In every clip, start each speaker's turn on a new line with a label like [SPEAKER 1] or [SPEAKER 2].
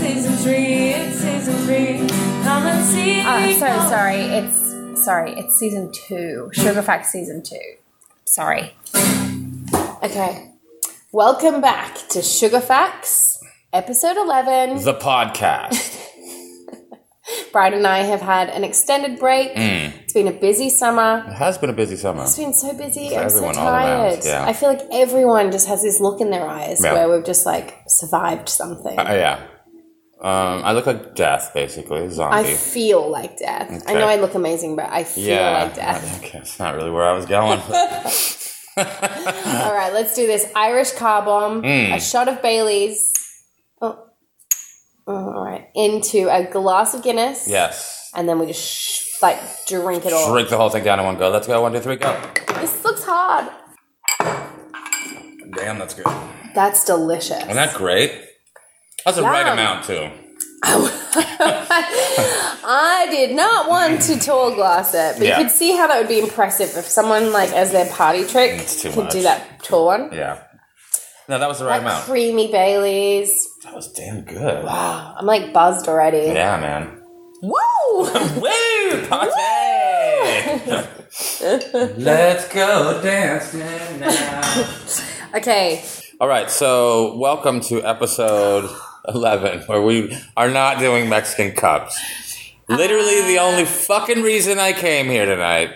[SPEAKER 1] free, it's season free. Come and see.
[SPEAKER 2] Uh, so sorry, it's sorry, it's season two, Sugar Facts season two. Sorry.
[SPEAKER 3] Okay. Welcome back to Sugar Facts, episode 11.
[SPEAKER 4] The podcast.
[SPEAKER 3] Brian and I have had an extended break.
[SPEAKER 4] Mm.
[SPEAKER 3] It's been a busy summer.
[SPEAKER 4] it has been a busy summer.
[SPEAKER 3] It's been so busy.
[SPEAKER 4] For
[SPEAKER 3] I'm
[SPEAKER 4] everyone
[SPEAKER 3] so
[SPEAKER 4] all around,
[SPEAKER 3] tired.
[SPEAKER 4] yeah.
[SPEAKER 3] I feel like everyone just has this look in their eyes
[SPEAKER 4] Yeah.
[SPEAKER 3] where we've just like survived something.
[SPEAKER 4] Uh, yeah. Um, I look like death, basically.
[SPEAKER 3] I
[SPEAKER 4] Zombie.
[SPEAKER 3] feel like death. I know
[SPEAKER 4] Okay.
[SPEAKER 3] I look amazing, but I feel
[SPEAKER 4] yeah.
[SPEAKER 3] like death.
[SPEAKER 4] Okay, that's not really where I was going.
[SPEAKER 3] All right, let's do this. Irish car bomb,
[SPEAKER 4] Mm.
[SPEAKER 3] a shot of Bailey's. Oh. Oh, all right. Into a glass of Guinness.
[SPEAKER 4] yes.
[SPEAKER 3] And then we just sh- like drink it all.
[SPEAKER 4] Drink the whole thing down in one go. Let's go. One, two, three, go.
[SPEAKER 3] This looks hard.
[SPEAKER 4] Damn, that's good. Isn't
[SPEAKER 3] That's delicious.
[SPEAKER 4] that great? That's the right
[SPEAKER 3] Yum.
[SPEAKER 4] amount, too.
[SPEAKER 3] I did not want to tall glass it, but
[SPEAKER 4] Yeah.
[SPEAKER 3] you could see how that would be impressive if someone like as their party trick
[SPEAKER 4] It's too
[SPEAKER 3] could do
[SPEAKER 4] much.
[SPEAKER 3] that tall one.
[SPEAKER 4] Yeah. No, that was the
[SPEAKER 3] Like
[SPEAKER 4] right amount.
[SPEAKER 3] creamy Baileys. Ah,
[SPEAKER 4] that was damn good.
[SPEAKER 3] I'm like buzzed already.
[SPEAKER 4] Yeah, man.
[SPEAKER 3] Woo!
[SPEAKER 4] Woo! Party! Let's go dancing now.
[SPEAKER 3] okay,
[SPEAKER 4] All right, so welcome to episode 11, where we are not doing Mexican cups. Literally, the only fucking reason I came here tonight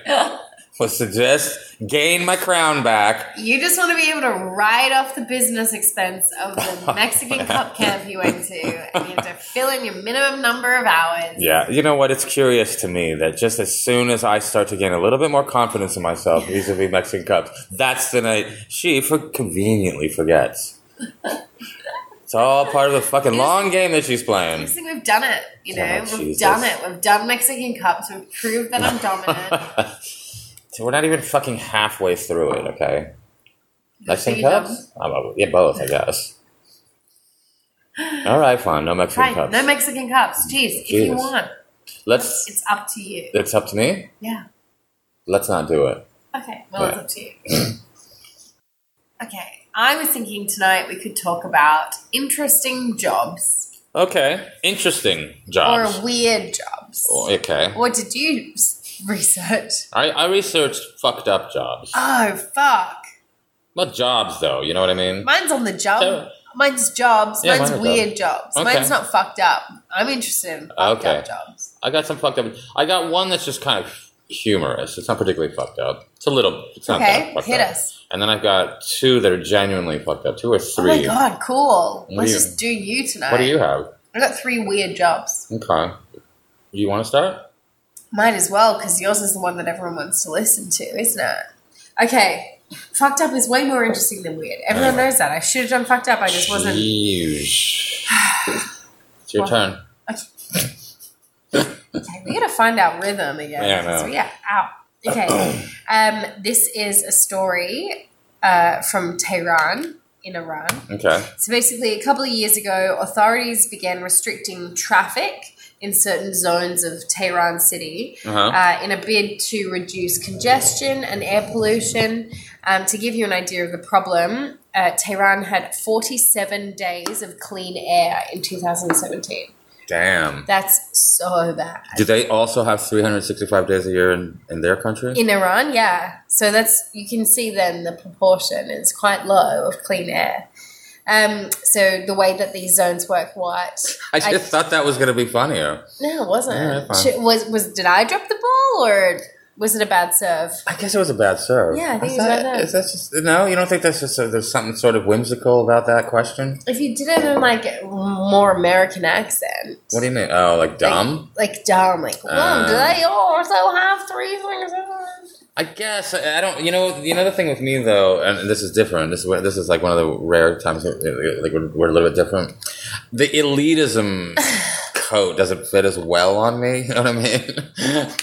[SPEAKER 4] was to just gain my crown back.
[SPEAKER 2] You just want to be able to ride off the business expense of the Mexican cup camp you went to, and you have to fill in your minimum number of hours.
[SPEAKER 4] Yeah, you know what? It's curious to me that just as soon as I start to gain a little bit more confidence in myself vis a vis Mexican cups, that's the night she for- conveniently forgets. It's all part of the fucking long game that she's playing.
[SPEAKER 2] I think we've done it. You know,
[SPEAKER 4] Oh,
[SPEAKER 2] we've
[SPEAKER 4] Jesus.
[SPEAKER 2] done it. We've done Mexican cups. We've proved that I'm dominant.
[SPEAKER 4] So we're not even fucking halfway through it, okay? Mexican
[SPEAKER 2] Freedom.
[SPEAKER 4] cups? Oh, well, yeah, both, I guess. All right, fine. No Mexican
[SPEAKER 2] Right?
[SPEAKER 4] cups.
[SPEAKER 2] No Mexican cups. Jeez, if you
[SPEAKER 4] Jesus.
[SPEAKER 2] want,
[SPEAKER 4] Let's.
[SPEAKER 2] it's up to you.
[SPEAKER 4] It's up to me.
[SPEAKER 2] Yeah.
[SPEAKER 4] Let's not do it.
[SPEAKER 2] Okay. Well, it's
[SPEAKER 4] Yeah.
[SPEAKER 2] up to you. okay. I was thinking tonight we could talk about interesting jobs
[SPEAKER 4] Okay. Interesting jobs. Oh,
[SPEAKER 2] or weird jobs.
[SPEAKER 4] okay.
[SPEAKER 2] What did you s- research?
[SPEAKER 4] I, I researched fucked up jobs.
[SPEAKER 2] Oh fuck!
[SPEAKER 4] Not jobs, though. You know what I mean?
[SPEAKER 2] Mine's on the job.
[SPEAKER 4] So-
[SPEAKER 2] mine's jobs.
[SPEAKER 4] Oh. Yeah,
[SPEAKER 2] mine's
[SPEAKER 4] mine are
[SPEAKER 2] weird jobs.
[SPEAKER 4] Okay.
[SPEAKER 2] Mine's not fucked up. I'm interested in fucked
[SPEAKER 4] Okay.
[SPEAKER 2] up jobs.
[SPEAKER 4] I got some fucked up. I got one that's just kind of humorous. It's not particularly fucked up. It's a little. It's not
[SPEAKER 2] Okay,
[SPEAKER 4] that fucked
[SPEAKER 2] hit
[SPEAKER 4] up.
[SPEAKER 2] us.
[SPEAKER 4] And then I've got two that are genuinely fucked up. Two or three.
[SPEAKER 2] Oh my god, cool.
[SPEAKER 4] What
[SPEAKER 2] Let's
[SPEAKER 4] do you-
[SPEAKER 2] just do you tonight.
[SPEAKER 4] What do you have?
[SPEAKER 2] I got three weird jobs.
[SPEAKER 4] Okay. You want to start?
[SPEAKER 2] Might as well because yours is the one that everyone wants to listen to, isn't it? Okay. Fucked up is way more interesting than weird. Everyone knows that. I should have done fucked up. I just wasn't.
[SPEAKER 4] Jeez. it's your
[SPEAKER 2] What?
[SPEAKER 4] turn.
[SPEAKER 2] Okay, we gotta find our rhythm again.
[SPEAKER 4] Yeah, I know.
[SPEAKER 2] So, yeah, ow. Okay. um, this is a story uh, from Tehran in Iran.
[SPEAKER 4] Okay.
[SPEAKER 2] So basically, a couple of years ago, authorities began restricting traffic in certain zones of Tehran city
[SPEAKER 4] Uh-huh.
[SPEAKER 2] uh, in a bid to reduce congestion and air pollution. Um, to give you an idea of the problem, uh, Tehran had 47 days of clean air in 2017.
[SPEAKER 4] Damn.
[SPEAKER 2] That's so bad.
[SPEAKER 4] Do they also have 365 days a year in, in their country?
[SPEAKER 2] In Iran, yeah. So that's you can see then the proportion is quite low of clean air. Um, so the way that these zones work, what?
[SPEAKER 4] I just thought that was going to be funnier.
[SPEAKER 2] no, it wasn't.
[SPEAKER 4] All right, fine.
[SPEAKER 2] Should- was was did I drop the ball or was it a bad serve?
[SPEAKER 4] I guess it was a bad serve.
[SPEAKER 2] Yeah, I think
[SPEAKER 4] Is
[SPEAKER 2] it was
[SPEAKER 4] that-
[SPEAKER 2] right there.
[SPEAKER 4] is that just, no, you don't think that's just a, there's something sort of whimsical about that question?
[SPEAKER 2] If you did it in like a more American accent,
[SPEAKER 4] What do you mean? Oh, like dumb?
[SPEAKER 2] like dumb, like whoa,
[SPEAKER 4] Uh.
[SPEAKER 2] do they also have three things? in one?"
[SPEAKER 4] I guess I I don't. You know, you know the thing with me though, and this is different. This is where- this is like one of the rare times that, uh, like we're, we're a little bit different. The elitism coat doesn't fit as well on me. You know what I mean?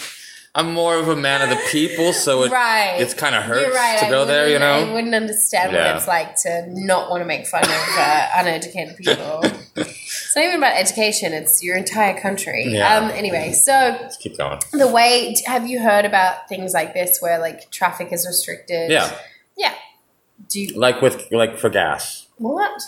[SPEAKER 4] I'm more of a man of the people, so it
[SPEAKER 2] Right.
[SPEAKER 4] it's kind of
[SPEAKER 2] You're
[SPEAKER 4] hurts
[SPEAKER 2] right.
[SPEAKER 4] to
[SPEAKER 2] I
[SPEAKER 4] go there. You
[SPEAKER 2] wouldn't- I
[SPEAKER 4] know,
[SPEAKER 2] wouldn't understand what
[SPEAKER 4] Yeah.
[SPEAKER 2] it's like to not want to make fun of uh, uneducated people. it's not even about education; it's your entire country.
[SPEAKER 4] Yeah.
[SPEAKER 2] Um. Anyway, so
[SPEAKER 4] Let's keep going.
[SPEAKER 2] the way have you heard about things like this where like traffic is restricted?
[SPEAKER 4] Yeah,
[SPEAKER 2] Yeah. Do you,
[SPEAKER 4] like with like for gas.
[SPEAKER 2] what?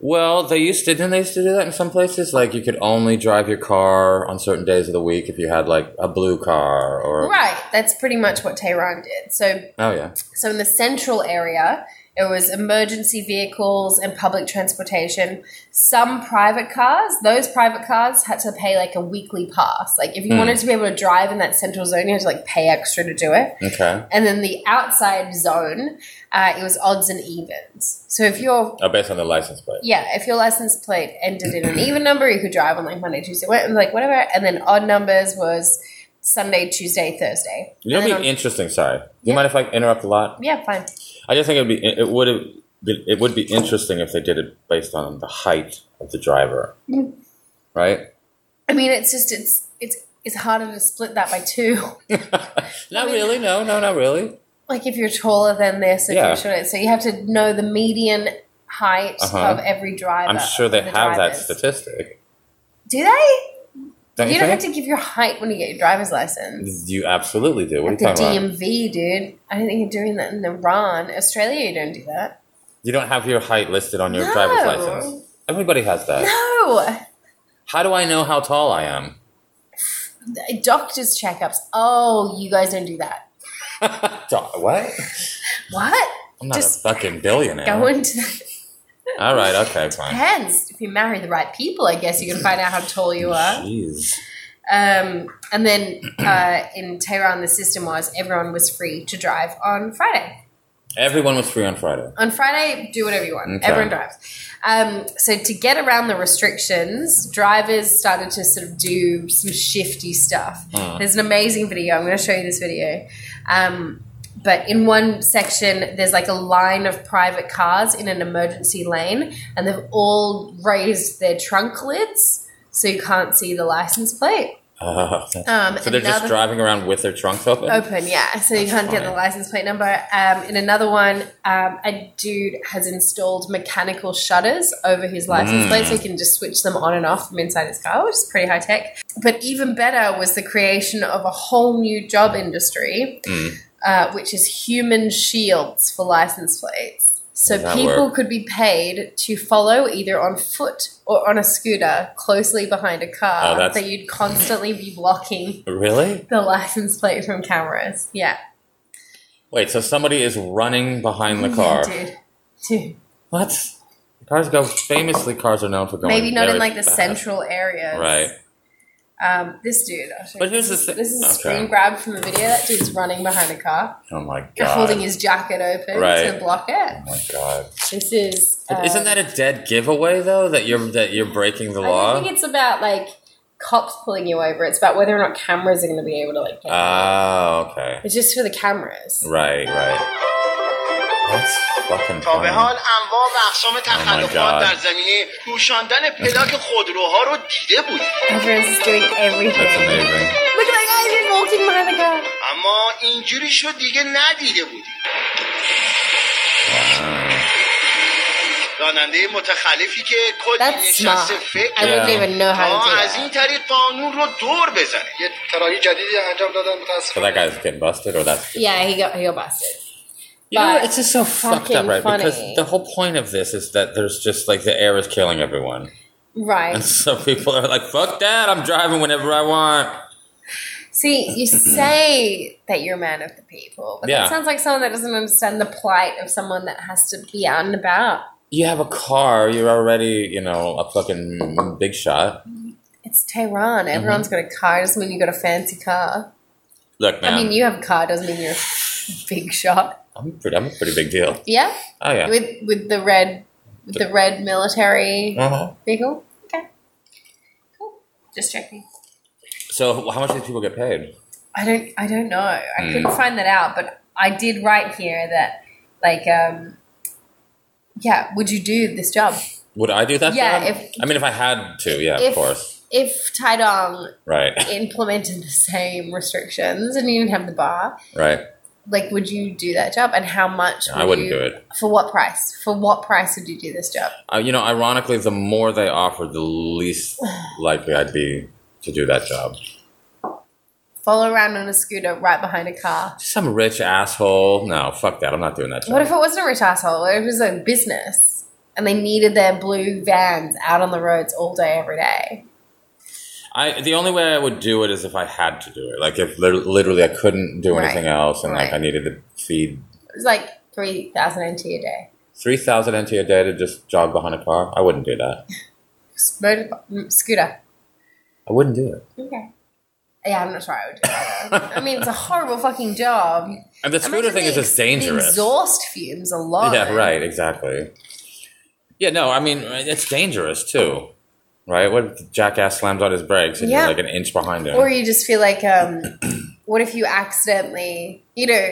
[SPEAKER 4] Well, they used to didn't they used to do that in some places? Like you could only drive your car on certain days of the week if you had like a blue car or
[SPEAKER 2] Right, that's pretty much what Tehran did. So
[SPEAKER 4] oh yeah.
[SPEAKER 2] So in the central area, it was emergency vehicles and public transportation. Some private cars, those private cars had to pay like a weekly pass. Like if you wanted to be able to drive in that central zone, you had to like pay extra to do it.
[SPEAKER 4] Okay.
[SPEAKER 2] And then the outside zone, uh, it was odds and evens. So if your
[SPEAKER 4] Oh, based on the license plate.
[SPEAKER 2] yeah, if your license plate ended in an even number, you could drive on like Monday, Tuesday, Wed- like whatever. And then odd numbers was Sunday, Tuesday, Thursday.
[SPEAKER 4] You know,
[SPEAKER 2] And
[SPEAKER 4] it'd be
[SPEAKER 2] then on-
[SPEAKER 4] interesting. Sorry, do you mind if I interrupt a lot?
[SPEAKER 2] yeah, fine.
[SPEAKER 4] I just think it'd be it would have it would be interesting if they did it based on the height of the driver,
[SPEAKER 2] Mm.
[SPEAKER 4] right?
[SPEAKER 2] I mean, it's just it's it's it's harder to split that by two.
[SPEAKER 4] Not really. No, no, not really.
[SPEAKER 2] Like if you're taller than this, if
[SPEAKER 4] Yeah.
[SPEAKER 2] you're shorter, so you have to know the median height
[SPEAKER 4] Uh-huh.
[SPEAKER 2] of every driver.
[SPEAKER 4] I'm sure they
[SPEAKER 2] of the
[SPEAKER 4] have that
[SPEAKER 2] drivers.
[SPEAKER 4] statistic.
[SPEAKER 2] Do they?
[SPEAKER 4] Don't you,
[SPEAKER 2] You, don't
[SPEAKER 4] think?
[SPEAKER 2] have to give your height when you get your driver's license.
[SPEAKER 4] You absolutely do. What are you
[SPEAKER 2] At the
[SPEAKER 4] talking about?
[SPEAKER 2] DMV, dude. I don't think you're doing that in Iran, Australia. You don't do that.
[SPEAKER 4] You don't have your height listed on your
[SPEAKER 2] No.
[SPEAKER 4] driver's license. Everybody has that.
[SPEAKER 2] No,
[SPEAKER 4] How do I know how tall I am?
[SPEAKER 2] doctors' checkups. Oh, you guys don't do that.
[SPEAKER 4] Do- what?
[SPEAKER 2] What?
[SPEAKER 4] I'm not
[SPEAKER 2] Just
[SPEAKER 4] a fucking billionaire.
[SPEAKER 2] Go into the
[SPEAKER 4] All right. Okay. Fine.
[SPEAKER 2] depends. If you marry the right people, I guess you can find out how tall you are.
[SPEAKER 4] Jeez.
[SPEAKER 2] Um, and then uh, in Tehran, the system was everyone was free to drive on Friday.
[SPEAKER 4] Everyone was free on Friday.
[SPEAKER 2] On Friday, do whatever you want.
[SPEAKER 4] Okay.
[SPEAKER 2] Everyone drives. Um, so to get around the restrictions, drivers started to sort of do some shifty stuff.
[SPEAKER 4] Ah.
[SPEAKER 2] There's an amazing video. I'm going to show you this video. Um, but in one section, there's like a line of private cars in an emergency lane, and they've all raised their trunk lids so you can't see the license plate.
[SPEAKER 4] Oh.
[SPEAKER 2] Um,
[SPEAKER 4] so they're just
[SPEAKER 2] another-
[SPEAKER 4] driving around with their trunks open.
[SPEAKER 2] open, yeah. So you can't get the
[SPEAKER 4] fine.
[SPEAKER 2] license plate number. Um, in another one, um, a dude has installed mechanical shutters over his license
[SPEAKER 4] Mm.
[SPEAKER 2] plate, so he can just switch them on and off from inside his car, which is pretty high tech. But even better was the creation of a whole new job industry,
[SPEAKER 4] Mm.
[SPEAKER 2] uh, which is human shields for license plates. So
[SPEAKER 4] Does that
[SPEAKER 2] people
[SPEAKER 4] work?
[SPEAKER 2] could be paid to follow either on foot or on a scooter closely behind a
[SPEAKER 4] Oh,
[SPEAKER 2] car
[SPEAKER 4] that's-
[SPEAKER 2] that you'd constantly be blocking
[SPEAKER 4] Really?
[SPEAKER 2] the license plate from cameras. Yeah.
[SPEAKER 4] Wait. So somebody is running behind the car.
[SPEAKER 2] Dude. Dude.
[SPEAKER 4] What? Cars go famously. Cars are known for going.
[SPEAKER 2] Maybe not in
[SPEAKER 4] very
[SPEAKER 2] like the
[SPEAKER 4] fast.
[SPEAKER 2] central areas.
[SPEAKER 4] Right.
[SPEAKER 2] Um, this dude. I'll show
[SPEAKER 4] But
[SPEAKER 2] you.
[SPEAKER 4] here's
[SPEAKER 2] this,
[SPEAKER 4] the thi-
[SPEAKER 2] this is a
[SPEAKER 4] okay.
[SPEAKER 2] screen grab from a video. That dude's running behind a car,
[SPEAKER 4] Oh my god.
[SPEAKER 2] holding his jacket open
[SPEAKER 4] Right.
[SPEAKER 2] to block
[SPEAKER 4] Oh
[SPEAKER 2] it.
[SPEAKER 4] my god.
[SPEAKER 2] This is.
[SPEAKER 4] But isn't
[SPEAKER 2] um,
[SPEAKER 4] that a dead giveaway though? That you're that you're breaking the
[SPEAKER 2] I don't
[SPEAKER 4] law.
[SPEAKER 2] think it's about like cops pulling you over. It's about whether or not cameras are going to be able to like. Get
[SPEAKER 4] Oh, okay.
[SPEAKER 2] it's just for the cameras.
[SPEAKER 4] Right, right. That's fucking
[SPEAKER 5] تا به
[SPEAKER 4] funny.
[SPEAKER 5] حال انواع و اقسام
[SPEAKER 4] آره. Oh God.
[SPEAKER 5] تخلفات در زمینه پوشاندن پلاک خودروها رو دیده بود
[SPEAKER 2] Everyone's just doing everything.
[SPEAKER 4] That's
[SPEAKER 2] Look
[SPEAKER 4] amazing.
[SPEAKER 2] at that guy who's walking behind the car.
[SPEAKER 5] اما اینجوریش رو دیگه ندیده بودیم راننده متخلفی که کلی
[SPEAKER 2] That's smart.
[SPEAKER 5] نشسته
[SPEAKER 2] I
[SPEAKER 5] فکر
[SPEAKER 2] wouldn't
[SPEAKER 4] Yeah.
[SPEAKER 2] even know how to
[SPEAKER 4] Oh,
[SPEAKER 5] تا
[SPEAKER 2] do
[SPEAKER 5] از
[SPEAKER 2] that.
[SPEAKER 5] این طریق قانون رو دور بزنه یه طراحی جدیدی انجام دادن
[SPEAKER 4] So
[SPEAKER 5] متاسفانه
[SPEAKER 4] that guy's getting busted, or that's
[SPEAKER 2] Yeah, he got he got busted.
[SPEAKER 4] you know
[SPEAKER 2] But
[SPEAKER 4] what? it's just so fucked up,
[SPEAKER 2] fucking
[SPEAKER 4] right?
[SPEAKER 2] funny.
[SPEAKER 4] Because the whole point of this is that there's just like the air is killing everyone,
[SPEAKER 2] Right.
[SPEAKER 4] and so people are like, "Fuck that! I'm driving whenever I want."
[SPEAKER 2] See, you say that you're a man of the people, but
[SPEAKER 4] Yeah.
[SPEAKER 2] that sounds like someone that doesn't understand the plight of someone that has to be out and about.
[SPEAKER 4] You have a car. You're already, you know, a fucking big shot.
[SPEAKER 2] It's Tehran.
[SPEAKER 4] Mm-hmm.
[SPEAKER 2] Everyone's got a car. It doesn't mean you got a fancy car.
[SPEAKER 4] Look, man,
[SPEAKER 2] I mean, you have a car. Doesn't mean you're a big shot.
[SPEAKER 4] I'm pretty. I'm a pretty big deal.
[SPEAKER 2] Yeah,
[SPEAKER 4] Oh yeah.
[SPEAKER 2] with with the red, with the red military
[SPEAKER 4] Uh-huh.
[SPEAKER 2] vehicle. Okay, cool. Just checking.
[SPEAKER 4] So how much do these people get paid?
[SPEAKER 2] I don't I don't know. I
[SPEAKER 4] Hmm.
[SPEAKER 2] couldn't find that out, but I did write here that like um yeah, would you do this job?
[SPEAKER 4] Would I do that?
[SPEAKER 2] Yeah,
[SPEAKER 4] for them?
[SPEAKER 2] if-
[SPEAKER 4] I mean, if I had to, yeah,
[SPEAKER 2] if
[SPEAKER 4] of course,
[SPEAKER 2] if Taidong
[SPEAKER 4] right,
[SPEAKER 2] implemented the same restrictions and you didn't have the bar,
[SPEAKER 4] right.
[SPEAKER 2] like would you do that job and how much
[SPEAKER 4] No, I
[SPEAKER 2] would
[SPEAKER 4] wouldn't
[SPEAKER 2] you-
[SPEAKER 4] do it.
[SPEAKER 2] For what price? For what price would you do this job?
[SPEAKER 4] Uh, you know, ironically, the more they offered, the least likely I'd be to do that job.
[SPEAKER 2] Follow around on a scooter right behind a car.
[SPEAKER 4] Some rich asshole. No, fuck that. I'm not doing that job.
[SPEAKER 2] What if it wasn't a rich asshole? What if it was a business? and they needed their blue vans out on the roads all day, every day.
[SPEAKER 4] I the only way I would do it is if I had to do it. Like if lit- literally I couldn't do
[SPEAKER 2] Right.
[SPEAKER 4] anything else, and like
[SPEAKER 2] Right.
[SPEAKER 4] I needed to feed
[SPEAKER 2] It was like 3,000 NT a day.
[SPEAKER 4] three thousand NT a day to just jog behind a car, I wouldn't do that.
[SPEAKER 2] S- motor- mm, scooter.
[SPEAKER 4] I wouldn't do it.
[SPEAKER 2] Okay. Yeah, I'm not sure I would do that. though. I mean, it's a horrible fucking job.
[SPEAKER 4] And the scooter
[SPEAKER 2] Imagine
[SPEAKER 4] thing is
[SPEAKER 2] the-
[SPEAKER 4] just
[SPEAKER 2] The
[SPEAKER 4] dangerous.
[SPEAKER 2] exhaust fumes alone.
[SPEAKER 4] Yeah, right, exactly. Yeah, no, I mean it's dangerous too. Right? What if the jackass slams on his brakes and
[SPEAKER 2] Yeah.
[SPEAKER 4] you're like an inch behind him?
[SPEAKER 2] Or you just feel like, um, what if you accidentally, you know,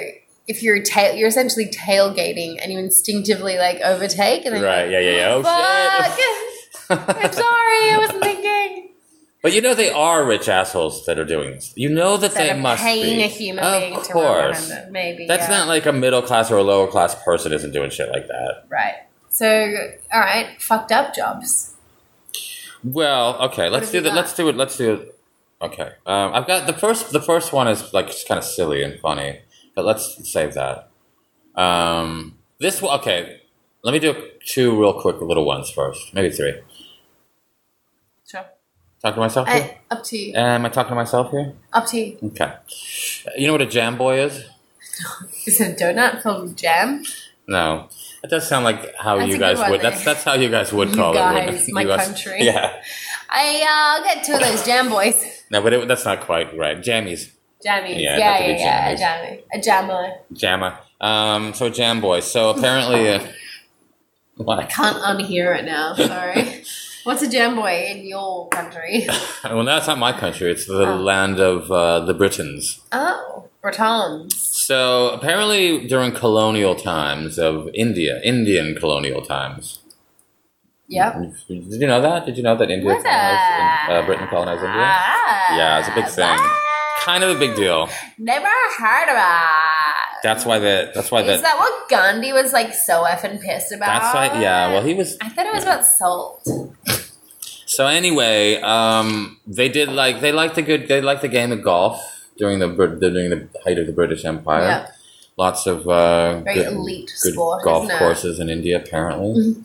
[SPEAKER 2] if you're tail, you're essentially tailgating and you instinctively like overtake and then you're
[SPEAKER 4] right, yeah, yeah, yeah. Oh
[SPEAKER 2] like, fuck,
[SPEAKER 4] shit.
[SPEAKER 2] I'm sorry, I wasn't thinking.
[SPEAKER 4] But you know they are rich assholes that are doing this. You know that,
[SPEAKER 2] Instead
[SPEAKER 4] they
[SPEAKER 2] of
[SPEAKER 4] must
[SPEAKER 2] paying
[SPEAKER 4] be.
[SPEAKER 2] a human
[SPEAKER 4] of
[SPEAKER 2] being to run
[SPEAKER 4] course.
[SPEAKER 2] behind them, maybe.
[SPEAKER 4] That's
[SPEAKER 2] yeah.
[SPEAKER 4] not like a middle class or a lower class person isn't doing shit like that.
[SPEAKER 2] right. So, all right, fucked up jobs.
[SPEAKER 4] Well, okay, let's
[SPEAKER 2] have
[SPEAKER 4] do
[SPEAKER 2] you
[SPEAKER 4] that.
[SPEAKER 2] got?
[SPEAKER 4] Let's do it. Let's do it. Okay, um, I've got the first. The first one is like just kind of silly and funny, but let's save that. Um, this one, okay. Let me do two real quick little ones first, maybe three.
[SPEAKER 2] Sure.
[SPEAKER 4] Talk to myself. Here?
[SPEAKER 2] I, up to you.
[SPEAKER 4] Am I talking to myself here?
[SPEAKER 2] Up to you.
[SPEAKER 4] Okay. You know what a jam boy is?
[SPEAKER 2] Is it a donut filled with jam?
[SPEAKER 4] No, that does sound like how
[SPEAKER 2] That's a
[SPEAKER 4] you
[SPEAKER 2] good
[SPEAKER 4] guys
[SPEAKER 2] one
[SPEAKER 4] would. That's
[SPEAKER 2] there.
[SPEAKER 4] that's how you guys would
[SPEAKER 2] You
[SPEAKER 4] call it.
[SPEAKER 2] guys,
[SPEAKER 4] wouldn't it?
[SPEAKER 2] my
[SPEAKER 4] You guys-
[SPEAKER 2] country.
[SPEAKER 4] Yeah.
[SPEAKER 2] I uh, get two of those jam boys.
[SPEAKER 4] No, but it, that's not quite right. Jammies,
[SPEAKER 2] Jammies.
[SPEAKER 4] Yeah,
[SPEAKER 2] Yeah,
[SPEAKER 4] it had
[SPEAKER 2] yeah,
[SPEAKER 4] to be
[SPEAKER 2] yeah. A jammy. A jammer.
[SPEAKER 4] jammer. Um, so jam boy. So apparently, uh, what?
[SPEAKER 2] Can't unhear it now. Sorry. What's a jam boy in your country?
[SPEAKER 4] Well, that's not my country. It's the
[SPEAKER 2] Oh.
[SPEAKER 4] land of uh, the Britons.
[SPEAKER 2] Oh, Bretons.
[SPEAKER 4] So apparently, during colonial times of India, Indian colonial times.
[SPEAKER 2] Yep.
[SPEAKER 4] Did you know that? Did you know that India
[SPEAKER 2] What Ah.
[SPEAKER 4] colonized, uh, Britain colonized India? Yeah, it's a big thing. Kind of a big deal.
[SPEAKER 2] Never heard about.
[SPEAKER 4] That's why the. That's why
[SPEAKER 2] Is
[SPEAKER 4] the.
[SPEAKER 2] that what Gandhi was like so effing pissed about?
[SPEAKER 4] That's why. Yeah. Well, he was.
[SPEAKER 2] I thought it was about salt.
[SPEAKER 4] So anyway, um, they did like they liked the good they liked the game of golf during the Brit- during the height of the British Empire.
[SPEAKER 2] Yeah.
[SPEAKER 4] Lots of uh,
[SPEAKER 2] Very elite
[SPEAKER 4] good
[SPEAKER 2] sport,
[SPEAKER 4] golf
[SPEAKER 2] isn't it? Mm-hmm.
[SPEAKER 4] courses in India, apparently.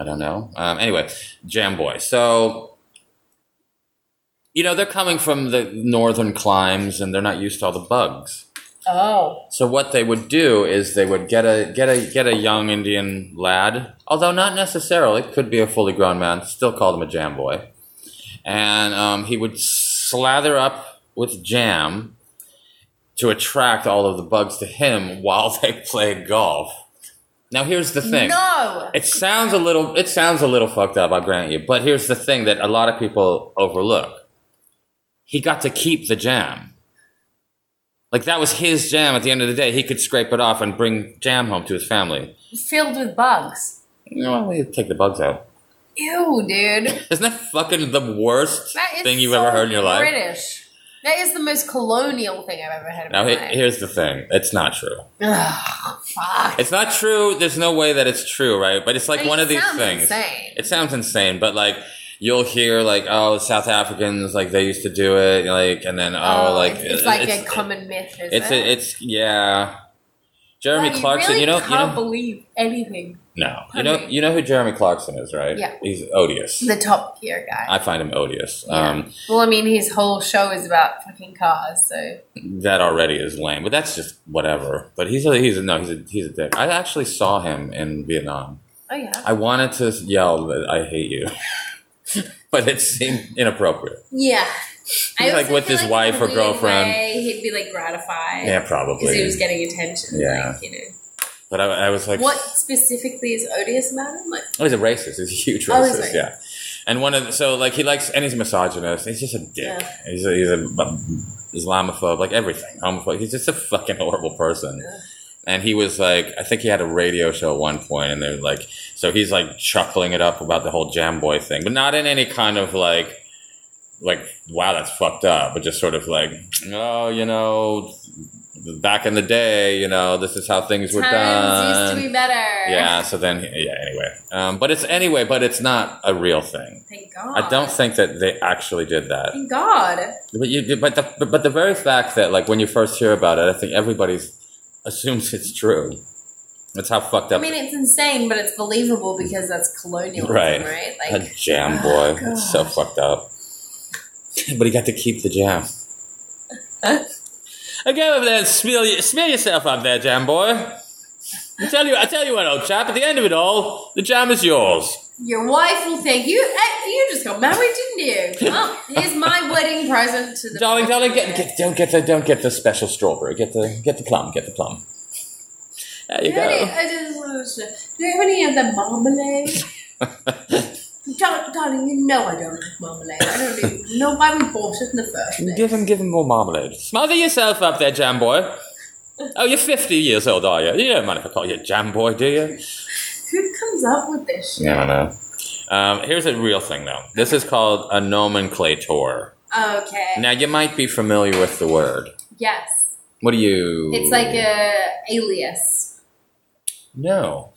[SPEAKER 4] I don't know. Um, anyway, Jamboy. So you know they're coming from the northern climes and they're not used to all the bugs.
[SPEAKER 2] Oh.
[SPEAKER 4] So what they would do is they would get a get a get a young Indian lad, although not necessarily, could be a fully grown man. Still call them a jam boy, and um, he would slather up with jam to attract all of the bugs to him while they played golf. Now here's the thing.
[SPEAKER 2] No.
[SPEAKER 4] It sounds a little it sounds a little fucked up, I grant you. But here's the thing that a lot of people overlook. He got to keep the jam. Like that was his jam at the end of the day. He could scrape it off and bring jam home to his family.
[SPEAKER 2] Filled with bugs.
[SPEAKER 4] You know, we take the bugs out.
[SPEAKER 2] Ew, dude.
[SPEAKER 4] Isn't that fucking the worst
[SPEAKER 2] That is
[SPEAKER 4] thing you've
[SPEAKER 2] so
[SPEAKER 4] ever heard in your life?
[SPEAKER 2] British. That is the most colonial thing I've ever heard. in
[SPEAKER 4] Now
[SPEAKER 2] my
[SPEAKER 4] he-
[SPEAKER 2] life.
[SPEAKER 4] here's the thing. It's not true.
[SPEAKER 2] Ugh, fuck.
[SPEAKER 4] It's not true. There's no way that it's true, right? But it's like
[SPEAKER 2] It
[SPEAKER 4] one of these
[SPEAKER 2] sounds
[SPEAKER 4] things.
[SPEAKER 2] insane.
[SPEAKER 4] It sounds insane, but like you'll hear like oh South Africans like they used to do it like and then oh, like
[SPEAKER 2] it's, it's like
[SPEAKER 4] it's,
[SPEAKER 2] a common myth. Is
[SPEAKER 4] it's,
[SPEAKER 2] it?
[SPEAKER 4] it's yeah. Jeremy
[SPEAKER 2] Wow,
[SPEAKER 4] Clarkson,
[SPEAKER 2] really
[SPEAKER 4] you know, you
[SPEAKER 2] can't
[SPEAKER 4] know,
[SPEAKER 2] believe anything.
[SPEAKER 4] no, you
[SPEAKER 2] I
[SPEAKER 4] know,
[SPEAKER 2] mean-
[SPEAKER 4] you know who Jeremy Clarkson is, right?
[SPEAKER 2] Yeah.
[SPEAKER 4] he's odious.
[SPEAKER 2] The Top Gear guy.
[SPEAKER 4] I find him odious. Um,
[SPEAKER 2] well, I mean, his whole show is about fucking cars, so
[SPEAKER 4] that already is lame, but that's just whatever. But he's a, he's a, no, he's a, he's a dick. I actually saw him in Vietnam.
[SPEAKER 2] oh yeah,
[SPEAKER 4] I wanted to yell that I hate you, but it seemed inappropriate.
[SPEAKER 2] yeah.
[SPEAKER 4] He's like with his wife or girlfriend.
[SPEAKER 2] he'd be like gratified.
[SPEAKER 4] Yeah, probably.
[SPEAKER 2] getting attention.
[SPEAKER 4] Yeah. like,
[SPEAKER 2] you know.
[SPEAKER 4] But I, I was like,
[SPEAKER 2] specifically is odious about him? Like,
[SPEAKER 4] Oh, he's a racist. He's a huge
[SPEAKER 2] Oh, he's
[SPEAKER 4] racist.
[SPEAKER 2] racist.
[SPEAKER 4] Yeah. And one of the, so like he likes and he's misogynist. He's just a dick.
[SPEAKER 2] Yeah.
[SPEAKER 4] He's a, he's a um, Islamophobe, like everything. Homophobe. He's just a fucking horrible person. And he was like, I think he had a radio show at one point, and they're like, so he's like chuckling it up about the whole jam boy thing, but not in any kind of like, like wow, that's fucked up, but just sort of like, oh, you know, back in the day, you know, this is how things were done.
[SPEAKER 2] times used to be better.
[SPEAKER 4] Yeah. So then, yeah. Anyway, um, but it's anyway, but it's not a real thing.
[SPEAKER 2] Thank God.
[SPEAKER 4] I don't think that they actually did that.
[SPEAKER 2] Thank God.
[SPEAKER 4] But you, but the, but the very fact that like when you first hear about it, I think everybody's assumes it's true. That's how fucked up.
[SPEAKER 2] I mean, it's insane, but it's believable because that's colonialism,
[SPEAKER 4] right.
[SPEAKER 2] right?
[SPEAKER 4] a
[SPEAKER 2] Like, oh,
[SPEAKER 4] jam boy. it's so fucked up. But he got to keep the jam. I go over there and smear, you, smear yourself up there, jam boy. I tell you, I tell you what, old chap. At the end of it all, the jam is yours.
[SPEAKER 2] your wife will think you eh, you just got married, didn't you? Well, here's my wedding present to the
[SPEAKER 4] Darling, darling, get, get, don't get the don't get the special strawberry. Get the get the plum. Get the plum. There you
[SPEAKER 2] Do you have any-
[SPEAKER 4] go.
[SPEAKER 2] I just wanted to know, do you have any of the marmalade? Dar- darling, you know I don't like marmalade. I don't even know why we bought it in the first place.
[SPEAKER 4] Give him give him more marmalade. Smother yourself up there, jam boy. Oh, you're 50 years old, are you? You don't mind if I call you jam boy, do you?
[SPEAKER 2] Who comes up with this shit?
[SPEAKER 4] Yeah, I know. Um, here's a real thing, though. This is called a nomenclator.
[SPEAKER 2] Okay.
[SPEAKER 4] Now, you might be familiar with the word.
[SPEAKER 2] Yes.
[SPEAKER 4] What do you?
[SPEAKER 2] It's like a alias.
[SPEAKER 4] no.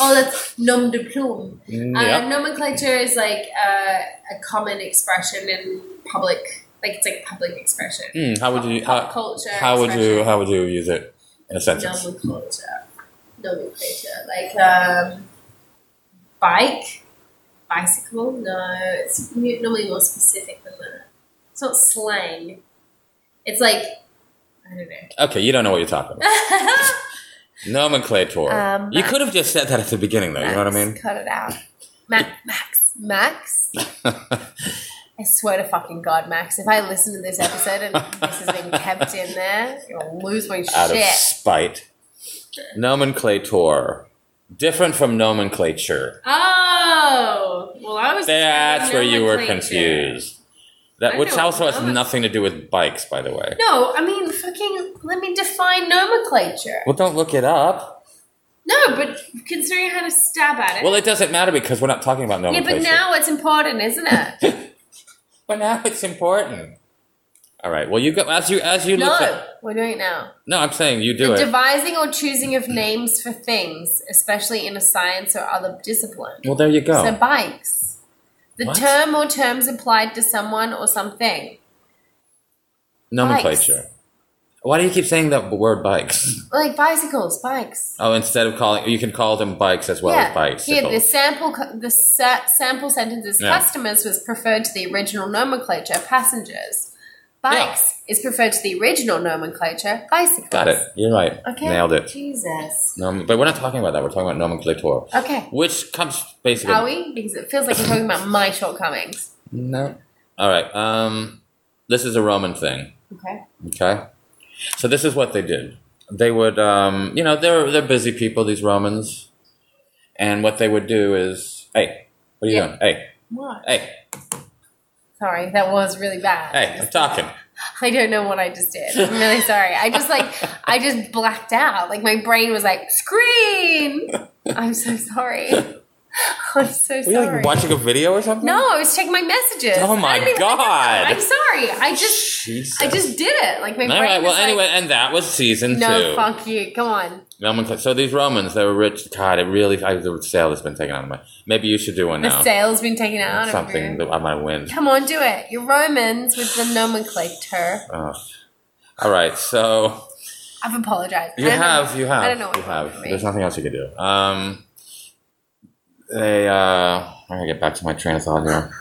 [SPEAKER 2] Oh, that's nom de plume. Uh,
[SPEAKER 4] Yep.
[SPEAKER 2] nomenclature is like uh, a common expression in public, like it's like public expression.
[SPEAKER 4] Hmm, how would you?
[SPEAKER 2] Pop
[SPEAKER 4] How,
[SPEAKER 2] culture.
[SPEAKER 4] how would you?
[SPEAKER 2] expression.
[SPEAKER 4] How would you use it in a sentence?
[SPEAKER 2] nomenclature? Nomenclature, like um, bike, bicycle. No, it's mu- normally more specific than that. It's not slang. It's like I don't know.
[SPEAKER 4] Okay, you don't know what you're talking about. Nomenclator.
[SPEAKER 2] Um,
[SPEAKER 4] you could have just said that at the beginning, though. You know what I mean?
[SPEAKER 2] Cut it out, Ma- Max. Max. I swear to fucking God, Max, if I listen to this episode and this has been kept in there, I'm gonna lose my
[SPEAKER 4] Out of
[SPEAKER 2] shit.
[SPEAKER 4] spite. Nomenclator. Different from nomenclature.
[SPEAKER 2] Oh, well, I was.
[SPEAKER 4] That's where you were
[SPEAKER 2] nomenclature.
[SPEAKER 4] confused. That
[SPEAKER 2] I
[SPEAKER 4] which
[SPEAKER 2] know
[SPEAKER 4] also has
[SPEAKER 2] nomen-
[SPEAKER 4] nothing to do with bikes, by the way.
[SPEAKER 2] No, I mean, fucking, let me define nomenclature.
[SPEAKER 4] Well, don't look it up.
[SPEAKER 2] No, but considering how to stab at it.
[SPEAKER 4] Well, it doesn't matter because we're not talking about
[SPEAKER 2] yeah,
[SPEAKER 4] nomenclature.
[SPEAKER 2] but now it's important, isn't it?
[SPEAKER 4] But now it's important. All right. Well, you go as you as you look.
[SPEAKER 2] no,
[SPEAKER 4] At,
[SPEAKER 2] we're doing it now.
[SPEAKER 4] no, I'm saying you do it.
[SPEAKER 2] Devising or choosing of names for things, especially in a science or other discipline.
[SPEAKER 4] Well, there you go.
[SPEAKER 2] So, bikes. The
[SPEAKER 4] What?
[SPEAKER 2] term or terms applied to someone or something.
[SPEAKER 4] nomenclature. Why do you keep saying that word bikes?
[SPEAKER 2] Like bicycles, bikes.
[SPEAKER 4] Oh, instead of calling, you can call them bikes as well as bikes.
[SPEAKER 2] Here, the sample co- the sa- sample sentences
[SPEAKER 4] Yeah.
[SPEAKER 2] customers was preferred to the original nomenclature passengers. Bikes is preferred to the original nomenclature bicycles.
[SPEAKER 4] Got it. You're right.
[SPEAKER 2] Okay.
[SPEAKER 4] Nailed it.
[SPEAKER 2] Jesus.
[SPEAKER 4] No, but we're not talking about that. We're talking about nomenclator,
[SPEAKER 2] Okay.
[SPEAKER 4] which comes basically.
[SPEAKER 2] Are we? Because it feels like we're talking about my shortcomings.
[SPEAKER 4] No. All right. Um, this is a Roman thing.
[SPEAKER 2] Okay.
[SPEAKER 4] Okay. So this is what they did. They would, um, you know, they're they're busy people. These Romans, and what they would do is, hey, what are you
[SPEAKER 2] Yeah.
[SPEAKER 4] doing? Hey,
[SPEAKER 2] What?
[SPEAKER 4] hey,
[SPEAKER 2] Sorry, that was really bad.
[SPEAKER 4] hey, I'm talking.
[SPEAKER 2] I don't know what I just did. I'm really sorry. I just like I just blacked out. Like my brain was like screen. I'm so sorry. I'm so
[SPEAKER 4] Were you
[SPEAKER 2] sorry.
[SPEAKER 4] like watching a video or something?
[SPEAKER 2] No, I was checking my messages.
[SPEAKER 4] Oh my
[SPEAKER 2] I didn't even-
[SPEAKER 4] God.
[SPEAKER 2] I'm sorry. I just
[SPEAKER 4] Jesus.
[SPEAKER 2] I just did it. Like my
[SPEAKER 4] All
[SPEAKER 2] brain
[SPEAKER 4] right. Well,
[SPEAKER 2] was like,
[SPEAKER 4] anyway, and that was season
[SPEAKER 2] No,
[SPEAKER 4] two.
[SPEAKER 2] fuck you. Come on.
[SPEAKER 4] Roman, so these Romans, they were rich. God, it really, I, the sale has been taken out of my. Maybe you should do one
[SPEAKER 2] The
[SPEAKER 4] now.
[SPEAKER 2] sale's been taken out of
[SPEAKER 4] Something
[SPEAKER 2] you.
[SPEAKER 4] that I might win.
[SPEAKER 2] Come on, do it. You're Romans with the nomenclature.
[SPEAKER 4] Ugh. All right, so
[SPEAKER 2] I've apologized.
[SPEAKER 4] you
[SPEAKER 2] I don't know.
[SPEAKER 4] have, you have,
[SPEAKER 2] I don't know what
[SPEAKER 4] you
[SPEAKER 2] you
[SPEAKER 4] have.
[SPEAKER 2] want me.
[SPEAKER 4] There's nothing else you can do. Um, they. Uh, I'm gonna get back to my train of thought here.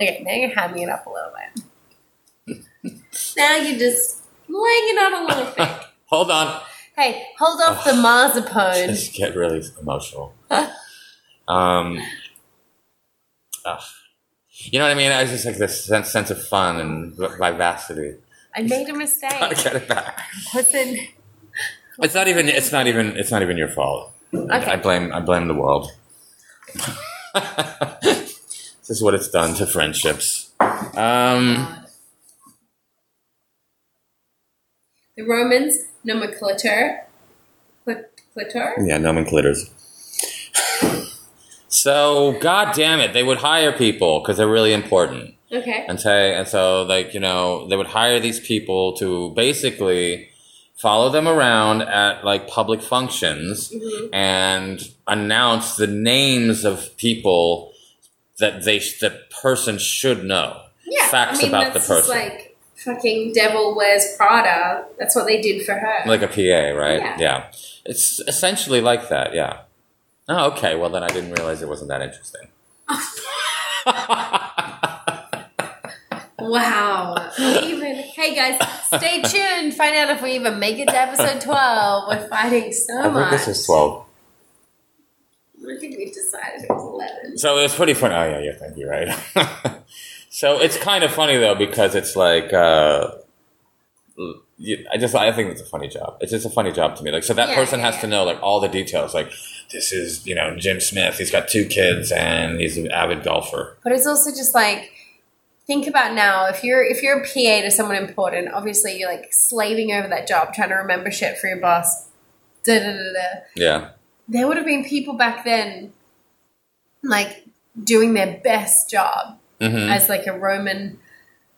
[SPEAKER 2] Okay, now you're hamming it up a little bit. now you're just laying it on a little bit.
[SPEAKER 4] Hold on.
[SPEAKER 2] Hey, hold off the marzipan.
[SPEAKER 4] Just get really emotional. um, ugh. you know what I mean? I was just like this sense, sense of fun and vivacity.
[SPEAKER 2] I made a mistake.
[SPEAKER 4] Gotta get it back.
[SPEAKER 2] Listen.
[SPEAKER 4] It's not even. It's not even. It's not even your fault. I, I blame. I blame the world. this is what it's done to friendships. Um,
[SPEAKER 2] The Romans nomenclature. Cl- clitor?
[SPEAKER 4] yeah, nomenclators. so, god damn it, they would hire people because they're really important,
[SPEAKER 2] Okay.
[SPEAKER 4] and say, and so like you know they would hire these people to basically follow them around at like public functions
[SPEAKER 2] Mm-hmm.
[SPEAKER 4] and announce the names of people that they the person should know.
[SPEAKER 2] Yeah.
[SPEAKER 4] Facts
[SPEAKER 2] I mean,
[SPEAKER 4] about the
[SPEAKER 2] that's just
[SPEAKER 4] person.
[SPEAKER 2] like
[SPEAKER 1] fucking devil wears Prada. That's what they did for her.
[SPEAKER 4] Like a PA, right?
[SPEAKER 1] Yeah.
[SPEAKER 4] It's essentially like that, yeah. Oh, okay. Well, then I didn't realize it wasn't that interesting.
[SPEAKER 1] wow. even hey guys, stay tuned. Find out if we even make it to episode twelve. We're fighting so
[SPEAKER 4] I
[SPEAKER 1] much.
[SPEAKER 4] think this was 12.
[SPEAKER 1] I think we decided it was eleven.
[SPEAKER 4] So it was pretty funny. Oh, yeah, yeah, thank you, right? so it's kind of funny, though, because it's like, uh, l- you- I just, I think it's a funny job. It's just a funny job to me. Like, so that
[SPEAKER 1] Yeah,
[SPEAKER 4] person
[SPEAKER 1] yeah,
[SPEAKER 4] has to know, like, all the details. Like, this is, you know, Jim Smith. He's got two kids and he's an avid golfer.
[SPEAKER 1] But it's also just like think about now if you're if you're a PA to someone important, obviously you're like slaving over that job, trying to remember shit for your boss. Da da da da.
[SPEAKER 4] Yeah.
[SPEAKER 1] There would have been people back then, like doing their best job
[SPEAKER 4] Mm-hmm.
[SPEAKER 1] as like a Roman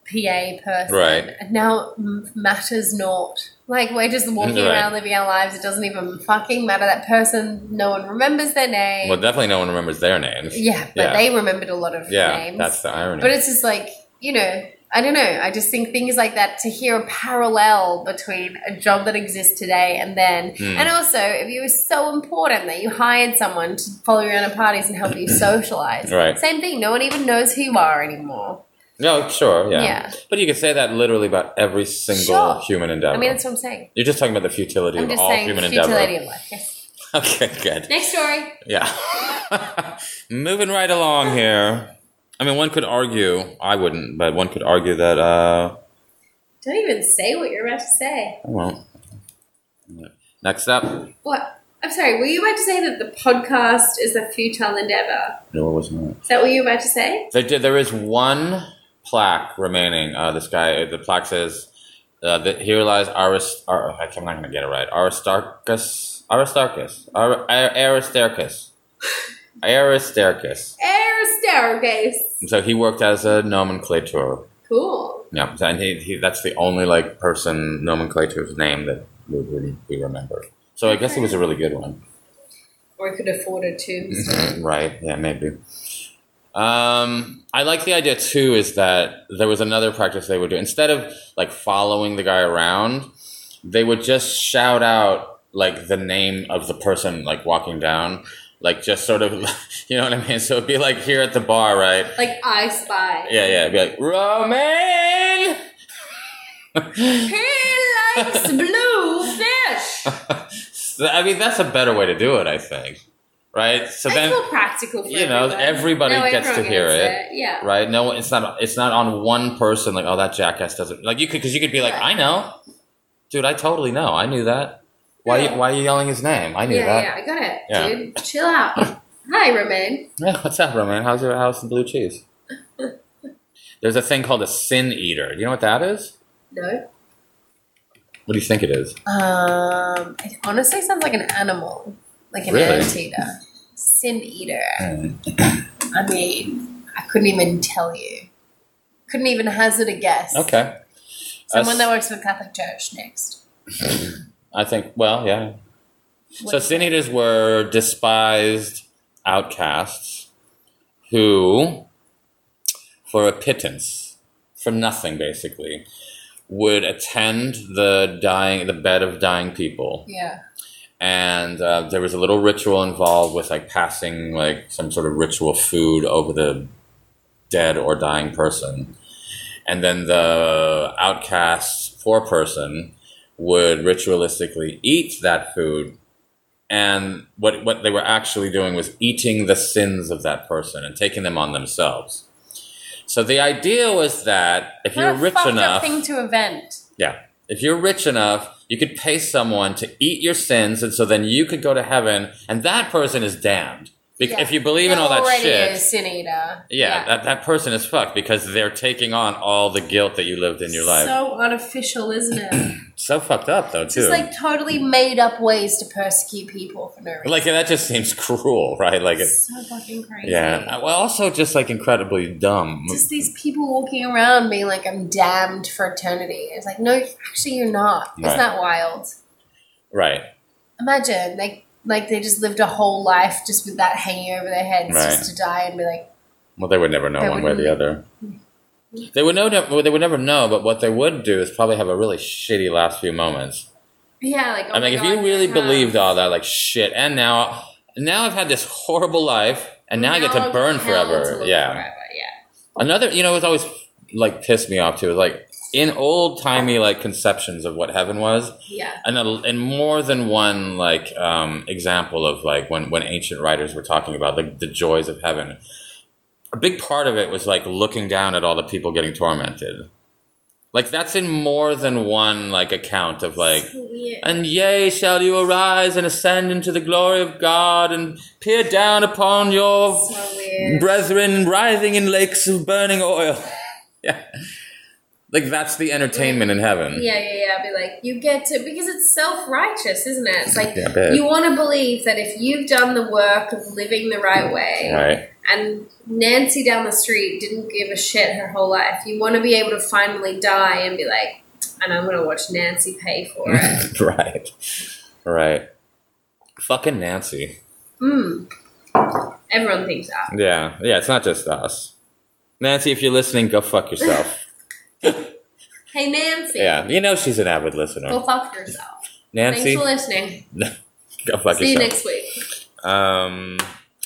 [SPEAKER 1] PA person.
[SPEAKER 4] Right.
[SPEAKER 1] And now it m- matters not. Like we're just walking
[SPEAKER 4] Right.
[SPEAKER 1] around living our lives. It doesn't even fucking matter that person. No one remembers their name.
[SPEAKER 4] Well, definitely no one remembers their names.
[SPEAKER 1] yeah, but
[SPEAKER 4] yeah.
[SPEAKER 1] they remembered a lot of
[SPEAKER 4] Yeah,
[SPEAKER 1] names.
[SPEAKER 4] that's the irony.
[SPEAKER 1] But it's just like, you know, I don't know. I just think things like that to hear a parallel between a job that exists today and
[SPEAKER 4] Hmm.
[SPEAKER 1] then. And also, if you were so important that you hired someone to follow you around at parties and help you socialize.
[SPEAKER 4] Right.
[SPEAKER 1] Same thing. No one even knows who you are anymore.
[SPEAKER 4] no, sure, yeah.
[SPEAKER 1] Yeah.
[SPEAKER 4] But you could say that literally about every single
[SPEAKER 1] Sure.
[SPEAKER 4] human endeavor.
[SPEAKER 1] I mean, that's what I'm saying.
[SPEAKER 4] You're just talking about the futility
[SPEAKER 1] I'm
[SPEAKER 4] of
[SPEAKER 1] just
[SPEAKER 4] all
[SPEAKER 1] saying
[SPEAKER 4] human
[SPEAKER 1] futility
[SPEAKER 4] endeavor.
[SPEAKER 1] of life. Yes.
[SPEAKER 4] Okay, good.
[SPEAKER 1] Next story.
[SPEAKER 4] Yeah. Moving right along here. I mean, one could argue, I wouldn't, but one could argue that, uh,
[SPEAKER 1] Don't even say what you're about to say.
[SPEAKER 4] I won't. Next up.
[SPEAKER 1] What? I'm sorry. Were you about to say that the podcast is a futile endeavor?
[SPEAKER 4] No, it wasn't.
[SPEAKER 1] Is that what you were about to say?
[SPEAKER 4] There, did- there is one plaque remaining. Uh, this guy, the plaque says, uh, that here lies Aris, Ar, I'm not going to get it right. Aristarchus. Aristarchus. Ar, Ar, Aristarchus. Aristarchus.
[SPEAKER 1] Aristarchus.
[SPEAKER 4] And so he worked as a nomenclator.
[SPEAKER 1] Cool.
[SPEAKER 4] Yeah, and he, he, that's the only like person nomenclator's name that we, we, we remember. So I guess it was a really good one.
[SPEAKER 1] Or I could afford it too.
[SPEAKER 4] Right. Yeah, maybe. Um, I like the idea too is that there was another practice they would do. Instead of like following the guy around, they would just shout out like the name of the person like walking down. Like just sort of you know what I mean? So it'd be like here at the bar, right?
[SPEAKER 1] like I Spy.
[SPEAKER 4] Yeah, yeah, it'd be like Romaine
[SPEAKER 1] He likes blue fish.
[SPEAKER 4] So, I mean that's a better way to do it, I think. Right? So
[SPEAKER 1] That's
[SPEAKER 4] then
[SPEAKER 1] more practical for
[SPEAKER 4] you know,
[SPEAKER 1] everyone.
[SPEAKER 4] everybody
[SPEAKER 1] Now
[SPEAKER 4] gets to
[SPEAKER 1] everyone
[SPEAKER 4] hear
[SPEAKER 1] gets
[SPEAKER 4] it.
[SPEAKER 1] Yeah.
[SPEAKER 4] right? No, it's not. It's not on one person. Like, oh, that jackass doesn't like you could because you could be like,
[SPEAKER 1] Right.
[SPEAKER 4] I know, dude, I totally know, I knew that. Why,
[SPEAKER 1] Yeah.
[SPEAKER 4] you, why are you yelling his name? I knew
[SPEAKER 1] Yeah,
[SPEAKER 4] that.
[SPEAKER 1] yeah, I got it,
[SPEAKER 4] Yeah.
[SPEAKER 1] dude. Chill out. Hi, Romaine.
[SPEAKER 4] Yeah, what's up, Roman? How's your house in blue cheese? There's a thing called a sin eater. Do you know what that is?
[SPEAKER 1] No.
[SPEAKER 4] What do you think it is?
[SPEAKER 1] Um, it honestly sounds like an animal, like an
[SPEAKER 4] Really? Mm.
[SPEAKER 1] anteater, sin eater. I mean, I couldn't even tell you. Couldn't even hazard a guess.
[SPEAKER 4] Okay,
[SPEAKER 1] Someone
[SPEAKER 4] Us-
[SPEAKER 1] that works for the Catholic Church next.
[SPEAKER 4] I think. Well, yeah. So sin eaters were despised outcasts who, for a pittance, for nothing basically, would attend the dying, the bed of dying people,
[SPEAKER 1] Yeah.
[SPEAKER 4] and uh, there was a little ritual involved with like passing like some sort of ritual food over the dead or dying person, and then the outcast poor person would ritualistically eat that food and what what they were actually doing was eating the sins of that person and taking them on themselves. So the idea was that if
[SPEAKER 1] What
[SPEAKER 4] you're
[SPEAKER 1] a
[SPEAKER 4] rich
[SPEAKER 1] fucked
[SPEAKER 4] enough,
[SPEAKER 1] up thing to invent.
[SPEAKER 4] yeah, if you're rich enough, you could pay someone to eat your sins, and so then you could go to heaven, and that person is damned. Bec-
[SPEAKER 1] Yeah.
[SPEAKER 4] If you believe in all that
[SPEAKER 1] already
[SPEAKER 4] shit,
[SPEAKER 1] a sin eater.
[SPEAKER 4] yeah, That, that person is fucked because they're taking on all the guilt that you lived in your life. So,
[SPEAKER 1] So artificial, isn't it?
[SPEAKER 4] fucked up though, too.
[SPEAKER 1] Just like totally made up ways to persecute people for no reason.
[SPEAKER 4] like that just seems cruel, right? Like it,
[SPEAKER 1] so fucking crazy.
[SPEAKER 4] Yeah. Well, also just like incredibly dumb.
[SPEAKER 1] Just these people walking around being like, "I'm damned for eternity." It's like, no, actually, you're not.
[SPEAKER 4] Right.
[SPEAKER 1] Isn't that wild?
[SPEAKER 4] Right.
[SPEAKER 1] Imagine like like they just lived a whole life just with that hanging over their heads,
[SPEAKER 4] Right.
[SPEAKER 1] just to die and be like,
[SPEAKER 4] Well, they would never know
[SPEAKER 1] They
[SPEAKER 4] one way or the
[SPEAKER 1] wouldn't.
[SPEAKER 4] other. They would know. They would never know. But what they would do is probably have a really shitty last few moments.
[SPEAKER 1] Yeah, like oh
[SPEAKER 4] I mean,
[SPEAKER 1] my
[SPEAKER 4] if
[SPEAKER 1] God,
[SPEAKER 4] you really
[SPEAKER 1] huh.
[SPEAKER 4] believed all that, like shit, and now, now I've had this horrible life, and now, I get
[SPEAKER 1] Now
[SPEAKER 4] to
[SPEAKER 1] I'm
[SPEAKER 4] burn
[SPEAKER 1] held to
[SPEAKER 4] forever.
[SPEAKER 1] live
[SPEAKER 4] yeah.
[SPEAKER 1] forever, yeah.
[SPEAKER 4] Another, you know, it's always like pissed me off too. is, Like in old timey like conceptions of what heaven was,
[SPEAKER 1] Yeah.
[SPEAKER 4] and a, and more than one like um, example of like when when ancient writers were talking about like the joys of heaven. A big part of it was like looking down at all the people getting tormented. Like that's in more than one like account of like
[SPEAKER 1] Yeah.
[SPEAKER 4] and yea, shall you arise and ascend into the glory of God and peer down upon your
[SPEAKER 1] So weird.
[SPEAKER 4] brethren writhing in lakes of burning oil. yeah. Like that's the entertainment in heaven.
[SPEAKER 1] Yeah, yeah, yeah. Be like, you get to because it's self righteous, isn't it? It's like
[SPEAKER 4] Yeah, I bet.
[SPEAKER 1] you want to believe that if you've done the work of living the right way,
[SPEAKER 4] Right.
[SPEAKER 1] and Nancy down the street didn't give a shit her whole life, you want to be able to finally die and be like, and I'm gonna watch Nancy pay for it.
[SPEAKER 4] right. Right. Fucking Nancy.
[SPEAKER 1] mm. Everyone thinks that.
[SPEAKER 4] Yeah. Yeah, it's not just us. Nancy, if you're listening, go fuck yourself.
[SPEAKER 1] Hey, Nancy,
[SPEAKER 4] yeah. You know she's an avid listener.
[SPEAKER 1] go fuck yourself. Oh, Thanks
[SPEAKER 4] Nancy,
[SPEAKER 1] for listening.
[SPEAKER 4] go fuck
[SPEAKER 1] See you next
[SPEAKER 4] yourself.
[SPEAKER 1] week.
[SPEAKER 4] Um,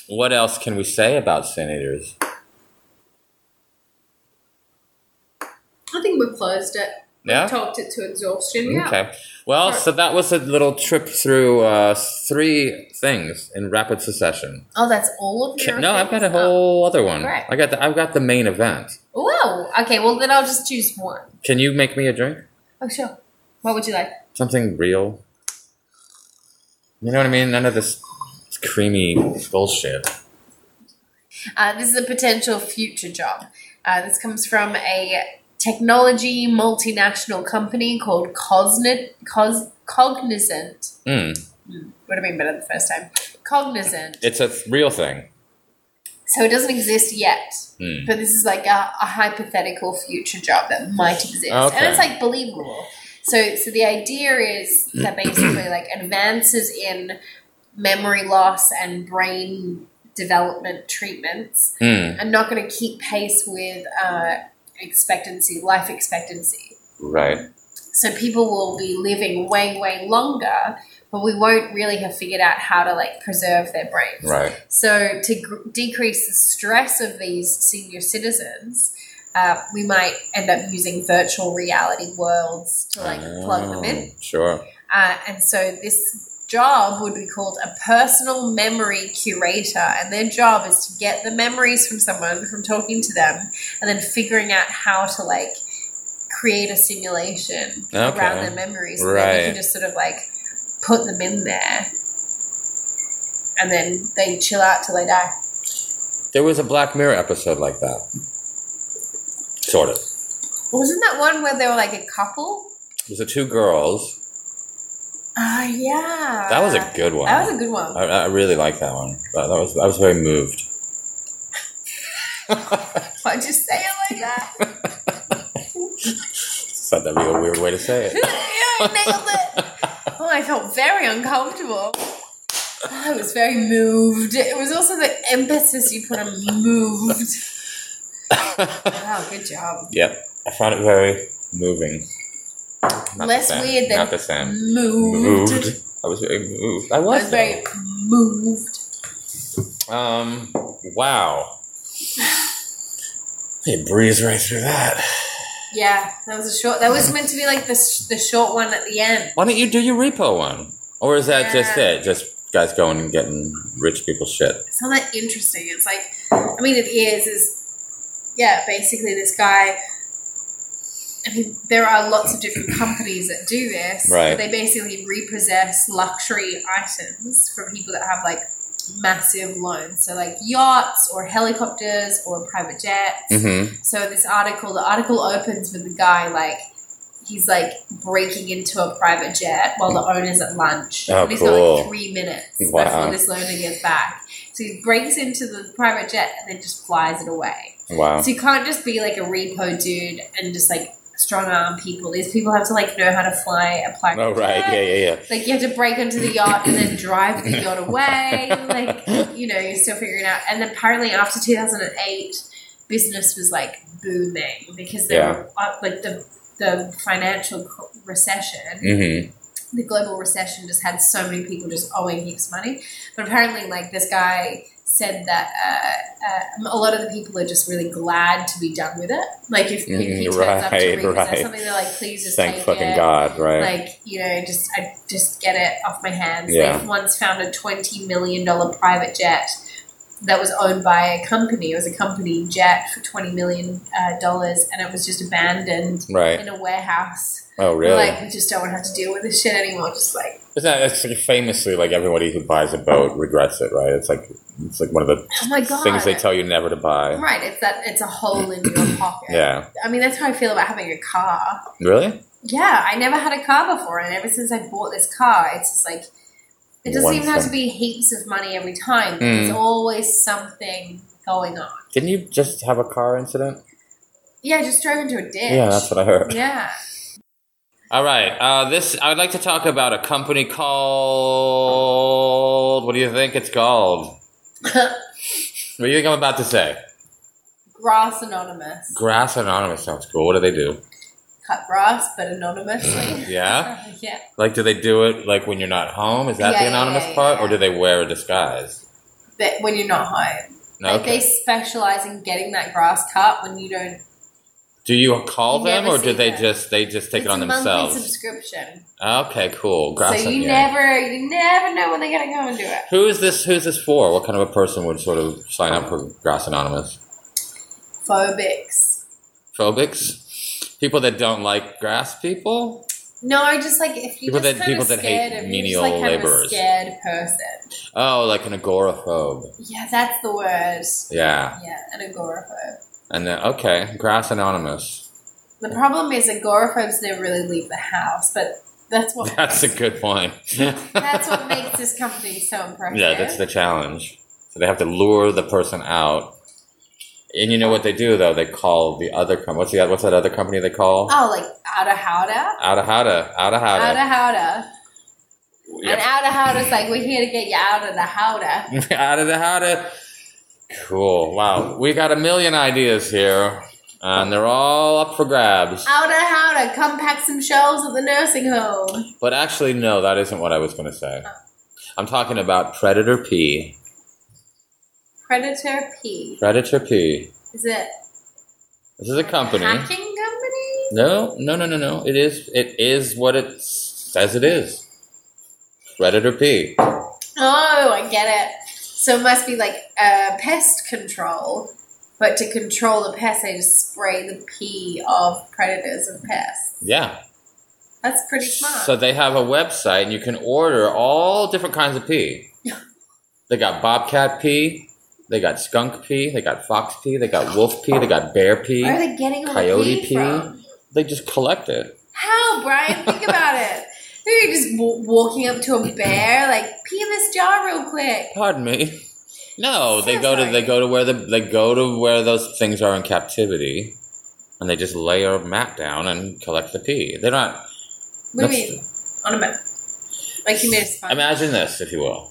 [SPEAKER 4] what else can we say about senators?
[SPEAKER 1] I think we've closed it.
[SPEAKER 4] Yeah.
[SPEAKER 1] Talked it to exhaustion. Yeah.
[SPEAKER 4] Okay. Well, so that was a little trip through uh, three things in rapid succession.
[SPEAKER 1] Oh, that's all of your.
[SPEAKER 4] No, I've got a
[SPEAKER 1] things? Oh.
[SPEAKER 4] whole other one.
[SPEAKER 1] Right.
[SPEAKER 4] I got the, I've got the main event.
[SPEAKER 1] Whoa. Okay, well then I'll just choose one.
[SPEAKER 4] Can you make me a drink?
[SPEAKER 1] Oh sure. What would you like?
[SPEAKER 4] Something real. You know what I mean? None of this creamy bullshit.
[SPEAKER 1] Uh, this is a potential future job. Uh, this comes from a technology multinational company called Cosnit Cos Cognizant. Hmm.
[SPEAKER 4] Mm.
[SPEAKER 1] Would have been better the first time. Cognizant.
[SPEAKER 4] It's a th- real thing.
[SPEAKER 1] So it doesn't exist yet.
[SPEAKER 4] Hmm.
[SPEAKER 1] But this is like a, a hypothetical future job that might exist. And
[SPEAKER 4] Okay.
[SPEAKER 1] it's like believable. So so the idea is that basically like advances in memory loss and brain development treatments
[SPEAKER 4] Mm.
[SPEAKER 1] are not going to keep pace with uh, expectancy, life expectancy.
[SPEAKER 4] Right.
[SPEAKER 1] So people will be living way, way longer, but we won't really have figured out how to like preserve their brains.
[SPEAKER 4] Right.
[SPEAKER 1] So, to gr- decrease the stress of these senior citizens, uh, we might end up using virtual reality worlds to like plug them in.
[SPEAKER 4] Oh, Sure.
[SPEAKER 1] Uh, and so, this job would be called a personal memory curator. And their job is to get the memories from someone, from talking to them, and then figuring out how to like create a simulation around
[SPEAKER 4] Okay.
[SPEAKER 1] their memories. And then you can
[SPEAKER 4] Right.
[SPEAKER 1] just sort of like put them in there. And then they chill out till they die.
[SPEAKER 4] There was a Black Mirror episode like that. Sort of.
[SPEAKER 1] Wasn't that one where they were like a couple?
[SPEAKER 4] It was the two girls.
[SPEAKER 1] Ah, yeah.
[SPEAKER 4] That was a good one.
[SPEAKER 1] Uh, That was a good one.
[SPEAKER 4] I, I really like that one. That, that was I was very moved.
[SPEAKER 1] Why'd you say it like that?
[SPEAKER 4] Just thought that'd be a weird way to say it.
[SPEAKER 1] yeah, I nailed it. Oh, I felt very uncomfortable. I was very moved. It was also the emphasis you put on moved. Wow, good job.
[SPEAKER 4] Yep, I found it very moving. Not
[SPEAKER 1] Less
[SPEAKER 4] the same.
[SPEAKER 1] weird than
[SPEAKER 4] not the same.
[SPEAKER 1] Moved.
[SPEAKER 4] Moved. I was very moved. I
[SPEAKER 1] I
[SPEAKER 4] was,
[SPEAKER 1] was very moved.
[SPEAKER 4] though. Um. Wow. You breeze right through that.
[SPEAKER 1] Yeah, that was a short. That was meant to be like the sh- the short one at the end.
[SPEAKER 4] Why don't you do your repo one? Or is that just
[SPEAKER 1] Yeah.
[SPEAKER 4] it? Just guys going and getting rich people shit.
[SPEAKER 1] it's not that interesting. It's like, I mean, it is. Is yeah, basically this guy. I mean, there are lots of different companies that do this.
[SPEAKER 4] Right.
[SPEAKER 1] They basically repossess luxury items from people that have like massive loans, so like yachts or helicopters or private jets.
[SPEAKER 4] Mm-hmm.
[SPEAKER 1] So this article, the article opens with the guy like he's like breaking into a private jet while the owner's at lunch.
[SPEAKER 4] Oh,
[SPEAKER 1] and he's got
[SPEAKER 4] cool.
[SPEAKER 1] like three minutes
[SPEAKER 4] Wow.
[SPEAKER 1] before this loaner gets back. So he breaks into the private jet and then just flies it away.
[SPEAKER 4] Wow.
[SPEAKER 1] So you can't just be like a repo dude and just like strong arm people. These people have to like know how to fly a private
[SPEAKER 4] Oh right.
[SPEAKER 1] jet.
[SPEAKER 4] Yeah. Yeah.
[SPEAKER 1] Like you have to break onto the yacht and then drive the yacht away. Like you know, you're still figuring out. And apparently, after 2008, business was like booming because they
[SPEAKER 4] Yeah.
[SPEAKER 1] were uh, like the the financial cr- recession,
[SPEAKER 4] Mm-hmm.
[SPEAKER 1] the global recession just had so many people just owing heaps of money. But apparently, like this guy said that uh, uh, a lot of the people are just really glad to be done with it. Like if Pinky
[SPEAKER 4] Mm,
[SPEAKER 1] turns up to
[SPEAKER 4] right,
[SPEAKER 1] repossess
[SPEAKER 4] right.
[SPEAKER 1] something, they're like, please just
[SPEAKER 4] Thank
[SPEAKER 1] take
[SPEAKER 4] fucking
[SPEAKER 1] it
[SPEAKER 4] God, right?
[SPEAKER 1] like you know just i just get it off my hands
[SPEAKER 4] Yeah.
[SPEAKER 1] they once found a 20 million dollar private jet that was owned by a company it was a company jet for 20 million uh, dollars and it was just abandoned
[SPEAKER 4] right.
[SPEAKER 1] in a warehouse
[SPEAKER 4] Oh, really?
[SPEAKER 1] like we just don't want to have to deal with this shit anymore just like
[SPEAKER 4] It's not, it's like famously like everybody who buys a boat regrets it, right? It's like it's like one of the
[SPEAKER 1] oh my god
[SPEAKER 4] things they tell you never to buy.
[SPEAKER 1] right it's that it's a hole in your pocket
[SPEAKER 4] Yeah.
[SPEAKER 1] i mean that's how i feel about having a car
[SPEAKER 4] Really?
[SPEAKER 1] Yeah, I never had a car before, and ever since I bought this car, it's just like it doesn't
[SPEAKER 4] One
[SPEAKER 1] even have to
[SPEAKER 4] thing.
[SPEAKER 1] be heaps of money every time.
[SPEAKER 4] Mm.
[SPEAKER 1] There's always something going on.
[SPEAKER 4] Didn't you just have a car incident?
[SPEAKER 1] Yeah, I just drove into a ditch.
[SPEAKER 4] Yeah, that's what I heard.
[SPEAKER 1] Yeah.
[SPEAKER 4] All right. Uh, this I'd like to talk about a company called. What do you think it's called? what do you think I'm about to say?
[SPEAKER 1] Grass anonymous.
[SPEAKER 4] Grass Anonymous sounds cool. What do they do?
[SPEAKER 1] Cut grass, but anonymously.
[SPEAKER 4] Yeah.
[SPEAKER 1] yeah.
[SPEAKER 4] Like, do they do it like when you're not home? Is that
[SPEAKER 1] Yeah,
[SPEAKER 4] the
[SPEAKER 1] yeah,
[SPEAKER 4] anonymous
[SPEAKER 1] yeah,
[SPEAKER 4] part,
[SPEAKER 1] yeah.
[SPEAKER 4] or do they wear a disguise?
[SPEAKER 1] But when you're not home,
[SPEAKER 4] No.
[SPEAKER 1] like they specialize in getting that grass cut when you don't.
[SPEAKER 4] do you call
[SPEAKER 1] You
[SPEAKER 4] them,
[SPEAKER 1] never
[SPEAKER 4] or do
[SPEAKER 1] see
[SPEAKER 4] they
[SPEAKER 1] them.
[SPEAKER 4] just they just take
[SPEAKER 1] it's
[SPEAKER 4] it on
[SPEAKER 1] a monthly
[SPEAKER 4] themselves?
[SPEAKER 1] subscription,
[SPEAKER 4] Okay, cool. Grass
[SPEAKER 1] so you
[SPEAKER 4] Anonymous.
[SPEAKER 1] never, you never know when they're gonna come and do it.
[SPEAKER 4] Who is this? Who's this for? What kind of a person would sort of sign up for Grass Anonymous?
[SPEAKER 1] Phobics.
[SPEAKER 4] Phobics, people that don't like grass people.
[SPEAKER 1] No, just like if you
[SPEAKER 4] People
[SPEAKER 1] just
[SPEAKER 4] that-
[SPEAKER 1] kind
[SPEAKER 4] people
[SPEAKER 1] of
[SPEAKER 4] that
[SPEAKER 1] scared
[SPEAKER 4] hate
[SPEAKER 1] of, you're just
[SPEAKER 4] menial
[SPEAKER 1] like kind
[SPEAKER 4] laborers.
[SPEAKER 1] Of a scared person.
[SPEAKER 4] Oh, like an agoraphobe.
[SPEAKER 1] Yeah, that's the word.
[SPEAKER 4] Yeah,
[SPEAKER 1] Yeah, an agoraphobe.
[SPEAKER 4] and then okay, Grass Anonymous.
[SPEAKER 1] The problem is agoraphobes never really leave the house, but that's what
[SPEAKER 4] That's a good point.
[SPEAKER 1] that's what makes this company so impressive.
[SPEAKER 4] Yeah, that's the challenge. So they have to lure the person out. And you know what they do though? They call the other company. What's the what's that other company they call?
[SPEAKER 1] oh, like outer howder,
[SPEAKER 4] Outa Howda.
[SPEAKER 1] outer
[SPEAKER 4] Outa Howda.
[SPEAKER 1] howder,
[SPEAKER 4] Yeah.
[SPEAKER 1] and outer howder's like we're here to get you out of the howder.
[SPEAKER 4] out of the howda. Cool. Wow. We got a million ideas here. And they're all up for grabs.
[SPEAKER 1] Outer howder, come pack some shelves at the nursing home.
[SPEAKER 4] But actually, no, that isn't what I was going to say. I'm talking about Predator P.
[SPEAKER 1] Predator P.
[SPEAKER 4] Predator P.
[SPEAKER 1] Is it
[SPEAKER 4] This is a company.
[SPEAKER 1] hacking company?
[SPEAKER 4] No, no, no, no, no. It is. It is what it says it is. Predator P.
[SPEAKER 1] Oh, I get it. So it must be like uh, pest control, but to control the pests, they just spray the pee of predators and pests.
[SPEAKER 4] Yeah.
[SPEAKER 1] That's pretty smart.
[SPEAKER 4] So they have a website, and you can order all different kinds of pee. They got bobcat pee. They got skunk pee. They got fox pee. They got wolf pee. They got bear
[SPEAKER 1] Where are
[SPEAKER 4] pee.
[SPEAKER 1] they getting all
[SPEAKER 4] Coyote
[SPEAKER 1] the pee,
[SPEAKER 4] pee.
[SPEAKER 1] from?
[SPEAKER 4] They just collect it.
[SPEAKER 1] How, Brian? Think about it. They're just w- walking up to a bear, like pee in this jar real quick.
[SPEAKER 4] Pardon me. No, they
[SPEAKER 1] So
[SPEAKER 4] go to
[SPEAKER 1] sorry.
[SPEAKER 4] they go to where the they go to where those things are in captivity, and they just lay a mat down and collect the pee. They're not
[SPEAKER 1] What do
[SPEAKER 4] That's-
[SPEAKER 1] you mean? On a map. Like you made a spot.
[SPEAKER 4] Imagine this, if you will.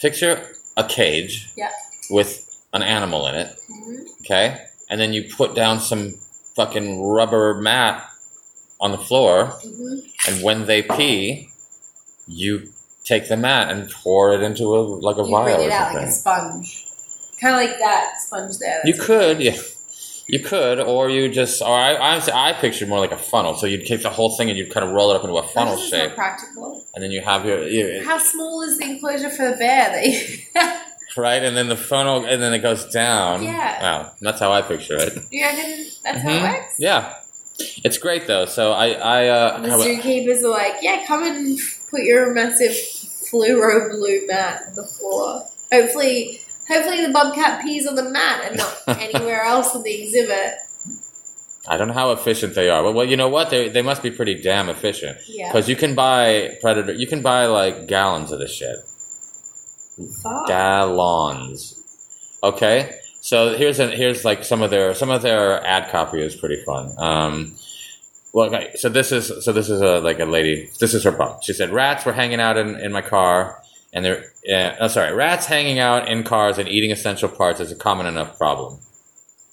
[SPEAKER 4] Picture a cage
[SPEAKER 1] Yeah.
[SPEAKER 4] with an animal in it,
[SPEAKER 1] Mhm.
[SPEAKER 4] okay? And then you put down some fucking rubber mat on the floor,
[SPEAKER 1] Mhm.
[SPEAKER 4] and when they pee, you take the mat and pour it into a like a
[SPEAKER 1] You
[SPEAKER 4] vial
[SPEAKER 1] bring it
[SPEAKER 4] or
[SPEAKER 1] out
[SPEAKER 4] something.
[SPEAKER 1] like a sponge, kind of like that sponge there.
[SPEAKER 4] you could, yeah. You could, or you just, or I, I, I pictured more like a funnel. So you'd take the whole thing and you'd kind of roll it up into a
[SPEAKER 1] How
[SPEAKER 4] funnel
[SPEAKER 1] is this not
[SPEAKER 4] shape,
[SPEAKER 1] practical.
[SPEAKER 4] and then you have your, your
[SPEAKER 1] How small is the enclosure for the bear? That you,
[SPEAKER 4] right? And then the funnel, and then it goes down.
[SPEAKER 1] Yeah.
[SPEAKER 4] Wow, that's how I picture it.
[SPEAKER 1] you reckon that's how
[SPEAKER 4] Mhm.
[SPEAKER 1] it works?
[SPEAKER 4] Yeah, it's great though. So I, I, uh,
[SPEAKER 1] The
[SPEAKER 4] how about-
[SPEAKER 1] zookeepers are like, yeah, come and put your massive fluoro blue mat on the floor. Hopefully, hopefully the bobcat pees on the mat and not anywhere else in the exhibit.
[SPEAKER 4] I don't know how efficient they are, but well, you know what? They they must be pretty damn efficient
[SPEAKER 1] Yeah,
[SPEAKER 4] because you can buy predator, you can buy like gallons of this shit,
[SPEAKER 1] fuck.
[SPEAKER 4] gallons. Okay, so here's a, here's like some of their some of their ad copy is pretty fun. Um, Well, okay, so this is so this is a like a lady. This is her problem. She said rats were hanging out in, in my car, and they're eh, uh, oh, sorry, rats hanging out in cars and eating essential parts is a common enough problem.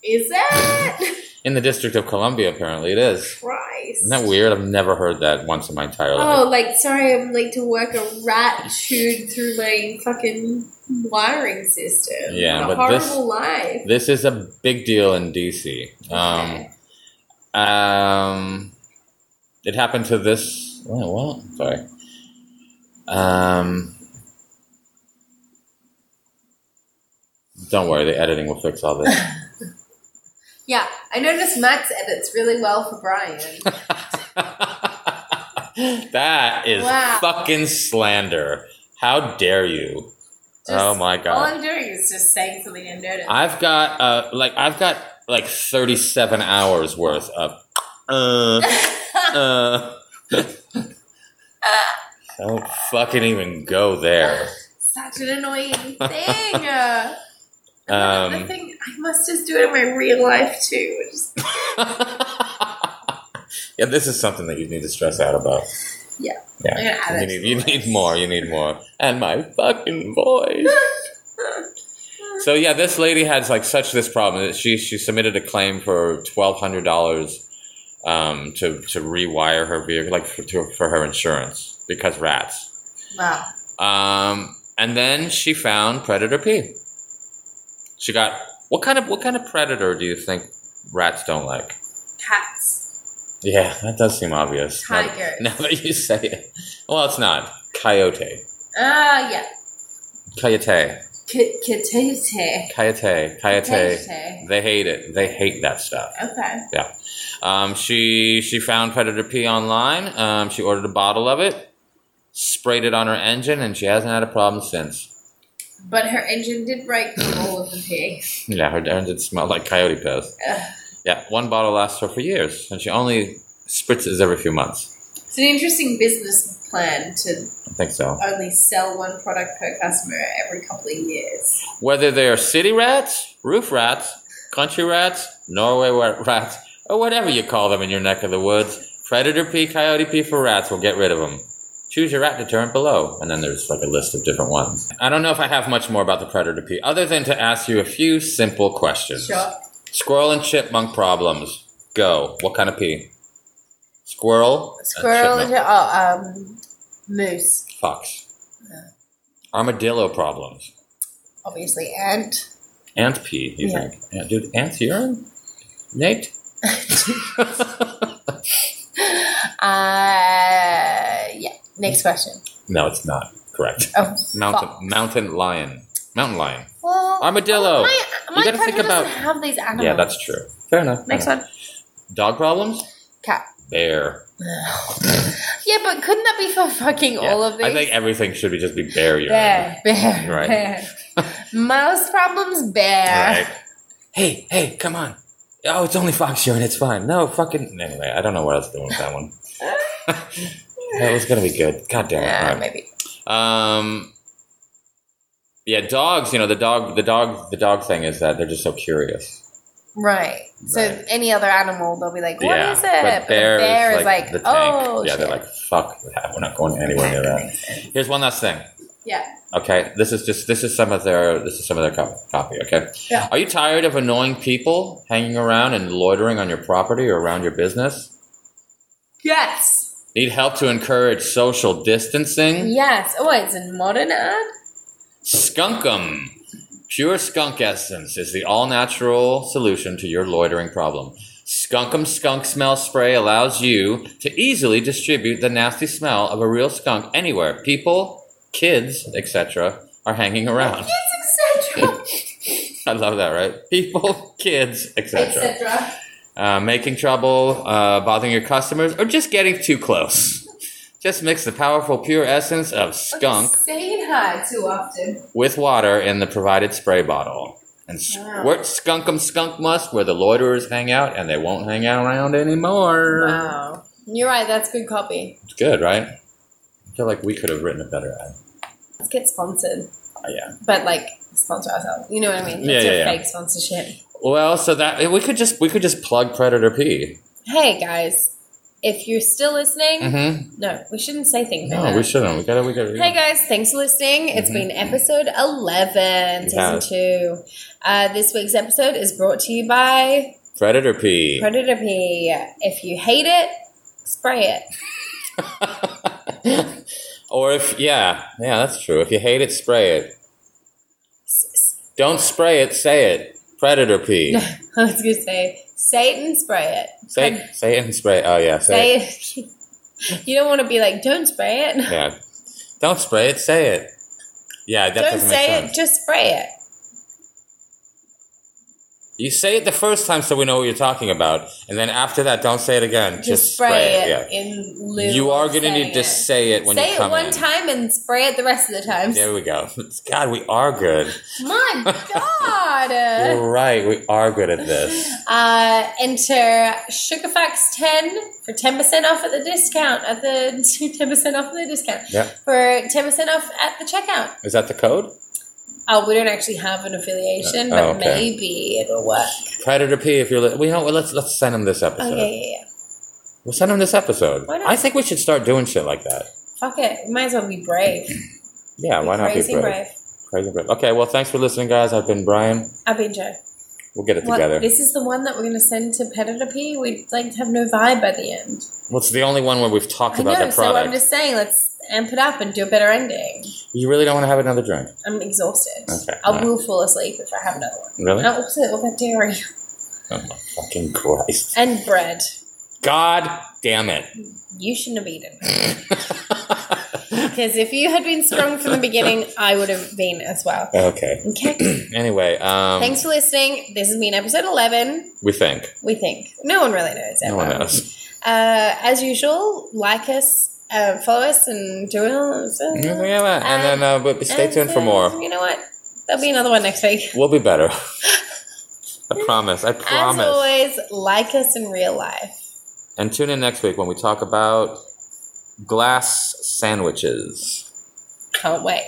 [SPEAKER 2] Is it?
[SPEAKER 4] In the District of Columbia, apparently it is.
[SPEAKER 2] Christ.
[SPEAKER 4] Isn't that weird? I've never heard that once in my entire life.
[SPEAKER 2] Oh, like sorry, I'm late to work. A rat chewed through my fucking wiring system.
[SPEAKER 4] Yeah,
[SPEAKER 2] What a
[SPEAKER 4] but this-
[SPEAKER 2] horrible life.
[SPEAKER 4] This is a big deal in DC. Um,
[SPEAKER 2] Okay.
[SPEAKER 4] um, it happened to this. Wait, what? Sorry. Um, don't worry, the editing will fix all this.
[SPEAKER 2] Yeah, I noticed Max edits really well for Brian.
[SPEAKER 4] that is
[SPEAKER 2] Wow.
[SPEAKER 4] fucking slander. How dare you? oh
[SPEAKER 2] Just-
[SPEAKER 4] my
[SPEAKER 2] All
[SPEAKER 4] god.
[SPEAKER 2] I'm doing is just saying something I noticed.
[SPEAKER 4] I've got uh like I've got like 37 hours worth of uh uh Don't fucking even go there.
[SPEAKER 2] Such an annoying thing. Uh, I
[SPEAKER 4] Um
[SPEAKER 2] think I must just do it in my real life too. which is-
[SPEAKER 4] Yeah, this is something that you need to stress out about.
[SPEAKER 2] Yeah.
[SPEAKER 4] Yeah.
[SPEAKER 2] I'm gonna
[SPEAKER 1] Ah,
[SPEAKER 2] add
[SPEAKER 4] You
[SPEAKER 2] it to
[SPEAKER 4] need,
[SPEAKER 2] the
[SPEAKER 4] you
[SPEAKER 2] list.
[SPEAKER 4] need more. You need more. And my fucking voice. so yeah, this lady has like such this problem that she she submitted a claim for twelve hundred dollars um, to to rewire her vehicle, like for, to, for her insurance because rats.
[SPEAKER 2] Wow.
[SPEAKER 4] Um, and then she found Predator P. She got what kind of what kind of predator do you think rats don't like?
[SPEAKER 2] Cats.
[SPEAKER 4] Yeah, that does seem obvious. Now-
[SPEAKER 2] Tigers.
[SPEAKER 4] Now, that you say it. Well, it's not. Coyote.
[SPEAKER 2] Ah, yeah.
[SPEAKER 4] Coyote.
[SPEAKER 2] K- Katete.
[SPEAKER 4] Coyote. Coyote.
[SPEAKER 2] Katete.
[SPEAKER 4] They hate it. They hate that stuff.
[SPEAKER 2] Okay.
[SPEAKER 4] Yeah. Um, she she found Predator P online. Um, she ordered a bottle of it, sprayed it on her engine, and she hasn't had a problem since.
[SPEAKER 2] But her engine did break from all of the pee.
[SPEAKER 4] Yeah, her engine smelled like coyote piss.
[SPEAKER 2] Ugh.
[SPEAKER 4] Yeah, one bottle lasts her for years, and she only spritzes every few months.
[SPEAKER 2] It's an interesting business plan to
[SPEAKER 4] I think so.
[SPEAKER 2] only sell one product per customer every couple of years.
[SPEAKER 4] Whether they are city rats, roof rats, country rats, Norway wa- rats, or whatever you call them in your neck of the woods, Predator P, Coyote P for rats will get rid of them. Choose your rat deterrent below. And then there's like a list of different ones. I don't know if I have much more about the Predator P other than to ask you a few simple questions.
[SPEAKER 2] Sure.
[SPEAKER 4] Squirrel and chipmunk problems. Go. What kind of pee? Squirrel. and
[SPEAKER 2] Squirrel
[SPEAKER 4] chipmunk.
[SPEAKER 2] into oh um moose,
[SPEAKER 4] Fox. Armadillo problems.
[SPEAKER 2] obviously, ant.
[SPEAKER 4] Ant pee, you
[SPEAKER 2] Yeah.
[SPEAKER 4] think? Ant, dude, ants urine? Nate?
[SPEAKER 2] Uh yeah. Next question.
[SPEAKER 4] no, it's not correct.
[SPEAKER 2] Oh,
[SPEAKER 4] mountain,
[SPEAKER 2] fuck.
[SPEAKER 4] mountain lion, mountain lion,
[SPEAKER 2] Well,
[SPEAKER 4] armadillo.
[SPEAKER 2] My, my
[SPEAKER 4] gotta
[SPEAKER 2] partner
[SPEAKER 4] think about-
[SPEAKER 2] doesn't have these animals.
[SPEAKER 4] yeah, that's true. Fair enough.
[SPEAKER 2] Next
[SPEAKER 4] Fair
[SPEAKER 2] one,
[SPEAKER 4] enough. Dog problems?
[SPEAKER 2] cat.
[SPEAKER 4] Bear.
[SPEAKER 2] Yeah, but couldn't that be for fucking
[SPEAKER 4] Yeah.
[SPEAKER 2] all of these?
[SPEAKER 4] I think everything should be just be bear urine.
[SPEAKER 2] bear, bear,
[SPEAKER 4] Right.
[SPEAKER 2] bear. Mouse problems, bear.
[SPEAKER 4] All right. Hey, hey, come on. Oh, it's only fox urine. It's fine. No, fucking. Anyway, I don't know what I was doing with that one. that was gonna be good. God damn it. All
[SPEAKER 2] Yeah,
[SPEAKER 4] right.
[SPEAKER 2] maybe.
[SPEAKER 4] Um, yeah, dogs. You know the dog, the dog, the dog thing is that they're just so curious.
[SPEAKER 2] Right. So
[SPEAKER 4] Right.
[SPEAKER 2] any other animal, they'll be like, "What is
[SPEAKER 4] yeah,
[SPEAKER 2] it?" But, the bear is like,
[SPEAKER 4] the tank.
[SPEAKER 2] "Oh,
[SPEAKER 4] yeah,
[SPEAKER 2] shit.
[SPEAKER 4] they're like, fuck that. We're not going anywhere near that. Here's one last thing.
[SPEAKER 2] yeah,
[SPEAKER 4] Okay, this is just this is some of their this is some of their co- copy. Okay,
[SPEAKER 2] Yeah.
[SPEAKER 4] Are you tired of annoying people hanging around and loitering on your property or around your business?
[SPEAKER 2] yes,
[SPEAKER 4] Need help to encourage social distancing?
[SPEAKER 2] yes." Oh, it's in modern art.
[SPEAKER 4] Skunkum. Pure skunk essence is the all natural solution to your loitering problem. Skunkum skunk smell spray allows you to easily distribute the nasty smell of a real skunk anywhere people, kids, etc. are hanging around.
[SPEAKER 2] Yes, etc.
[SPEAKER 4] I love that, right? People, kids, etc.
[SPEAKER 2] etc.
[SPEAKER 4] Uh, making trouble, uh, bothering your customers, or just getting too close. Just mix the powerful pure essence of skunk
[SPEAKER 2] Saying hi too often.
[SPEAKER 4] with water in the provided spray bottle. And squirt skunkum skunk musk where the loiterers hang out and they won't hang out around anymore.
[SPEAKER 2] Wow, Oh. you're right. That's good copy.
[SPEAKER 4] It's good, right? I feel like we could have written a better ad.
[SPEAKER 2] Let's get sponsored,
[SPEAKER 4] Oh, yeah.
[SPEAKER 2] but like sponsor ourselves. You know what I mean?
[SPEAKER 4] Yeah,
[SPEAKER 2] Let's do
[SPEAKER 4] yeah, yeah.
[SPEAKER 2] Fake sponsorship.
[SPEAKER 4] eh, Well, so that we could just we could just plug Predator P.
[SPEAKER 2] Hey guys, if you're still listening,
[SPEAKER 4] Mhm.
[SPEAKER 2] no, we shouldn't say things. like
[SPEAKER 4] No,
[SPEAKER 2] that.
[SPEAKER 4] we shouldn't. We gotta. We gotta.
[SPEAKER 2] Hey guys, thanks for listening. It's
[SPEAKER 4] Mm-hmm.
[SPEAKER 2] been episode 11, season
[SPEAKER 4] Yes.
[SPEAKER 2] 2. Uh, this week's episode is brought to you by
[SPEAKER 4] Predator P.
[SPEAKER 2] Predator P. If you hate it, spray it.
[SPEAKER 4] or if yeah, yeah, that's true. If you hate it, spray it. Don't spray it. Say it. Predator P.
[SPEAKER 2] I was going to say, Satan, spray it.
[SPEAKER 4] Say say it and spray. it. Oh yeah. Say,
[SPEAKER 2] Say
[SPEAKER 4] it.
[SPEAKER 2] it. you don't want to be like, don't spray it.
[SPEAKER 4] Yeah. Don't spray it. Say it. Yeah, that
[SPEAKER 2] don't
[SPEAKER 4] doesn't make
[SPEAKER 2] say
[SPEAKER 4] sense.
[SPEAKER 2] it, just spray it.
[SPEAKER 4] You say it the first time so we know what you're talking about, and then after that, don't say it again. Just,
[SPEAKER 2] Just, spray, it in lieu
[SPEAKER 4] Yeah. You are
[SPEAKER 2] going
[SPEAKER 4] gonna need to say it when
[SPEAKER 2] Say
[SPEAKER 4] you
[SPEAKER 2] it
[SPEAKER 4] come
[SPEAKER 2] one
[SPEAKER 4] in.
[SPEAKER 2] time and spray it the rest of the time.
[SPEAKER 4] There we go. God, we are good.
[SPEAKER 2] My God.
[SPEAKER 4] You're right. We are good at this.
[SPEAKER 2] Uh, enter SugarFox10 for 10% off at the discount, at the 10% off at the discount.
[SPEAKER 4] Yeah.
[SPEAKER 2] For 10% off at the checkout.
[SPEAKER 4] Is that the code?
[SPEAKER 2] Oh, we don't actually have an affiliation,
[SPEAKER 4] Uh,
[SPEAKER 2] but
[SPEAKER 4] oh, okay.
[SPEAKER 2] maybe it'll work.
[SPEAKER 4] Predator P. If you're, li- we know. what, Let's let's send him this episode.
[SPEAKER 2] Okay, yeah, yeah.
[SPEAKER 4] We'll send him this episode.
[SPEAKER 2] Why not?
[SPEAKER 4] I think we should start doing shit like that.
[SPEAKER 2] Fuck it. Might as well be brave.
[SPEAKER 4] Yeah, why not be
[SPEAKER 2] Crazy
[SPEAKER 4] brave? Crazy brave. Okay, well, thanks for listening, guys. I've been Brian.
[SPEAKER 2] I've been Joe.
[SPEAKER 4] We'll get it
[SPEAKER 2] What-
[SPEAKER 4] together.
[SPEAKER 2] This is the one that we're going to send to Predator P. We'd like to have no vibe by the end.
[SPEAKER 4] Well, it's the only one where we've talked
[SPEAKER 2] I
[SPEAKER 4] about
[SPEAKER 2] know,
[SPEAKER 4] the
[SPEAKER 2] so I'm
[SPEAKER 4] product.
[SPEAKER 2] just saying, let's amp it up and do a better ending.
[SPEAKER 4] You really don't want to have another drink,
[SPEAKER 2] I'm exhausted.
[SPEAKER 4] Okay,
[SPEAKER 2] I
[SPEAKER 4] alright.
[SPEAKER 2] will fall asleep if I have another one.
[SPEAKER 4] really?
[SPEAKER 2] And also, all that dairy.
[SPEAKER 4] Oh my fucking Christ!
[SPEAKER 2] And bread.
[SPEAKER 4] God damn it!
[SPEAKER 2] You shouldn't have eaten. Because if you had been strong from the beginning, I would have been as well.
[SPEAKER 4] Okay.
[SPEAKER 2] Okay.
[SPEAKER 4] Anyway, um,
[SPEAKER 2] Thanks for listening. This has been episode 11.
[SPEAKER 4] We think.
[SPEAKER 2] We think. No one really knows.
[SPEAKER 4] No one
[SPEAKER 2] everyone.
[SPEAKER 4] knows.
[SPEAKER 2] Uh, as usual, like us, uh, follow us, and do it. all-
[SPEAKER 4] Yeah, and then, uh, but Mm-hmm. stay tuned for
[SPEAKER 2] And, uh,
[SPEAKER 4] more.
[SPEAKER 2] You know what? There'll be another one next week.
[SPEAKER 4] We'll be better. I promise. I
[SPEAKER 2] As
[SPEAKER 4] promise.
[SPEAKER 2] always, like us in real life.
[SPEAKER 4] And tune in next week when we talk about glass sandwiches.
[SPEAKER 2] Can't wait.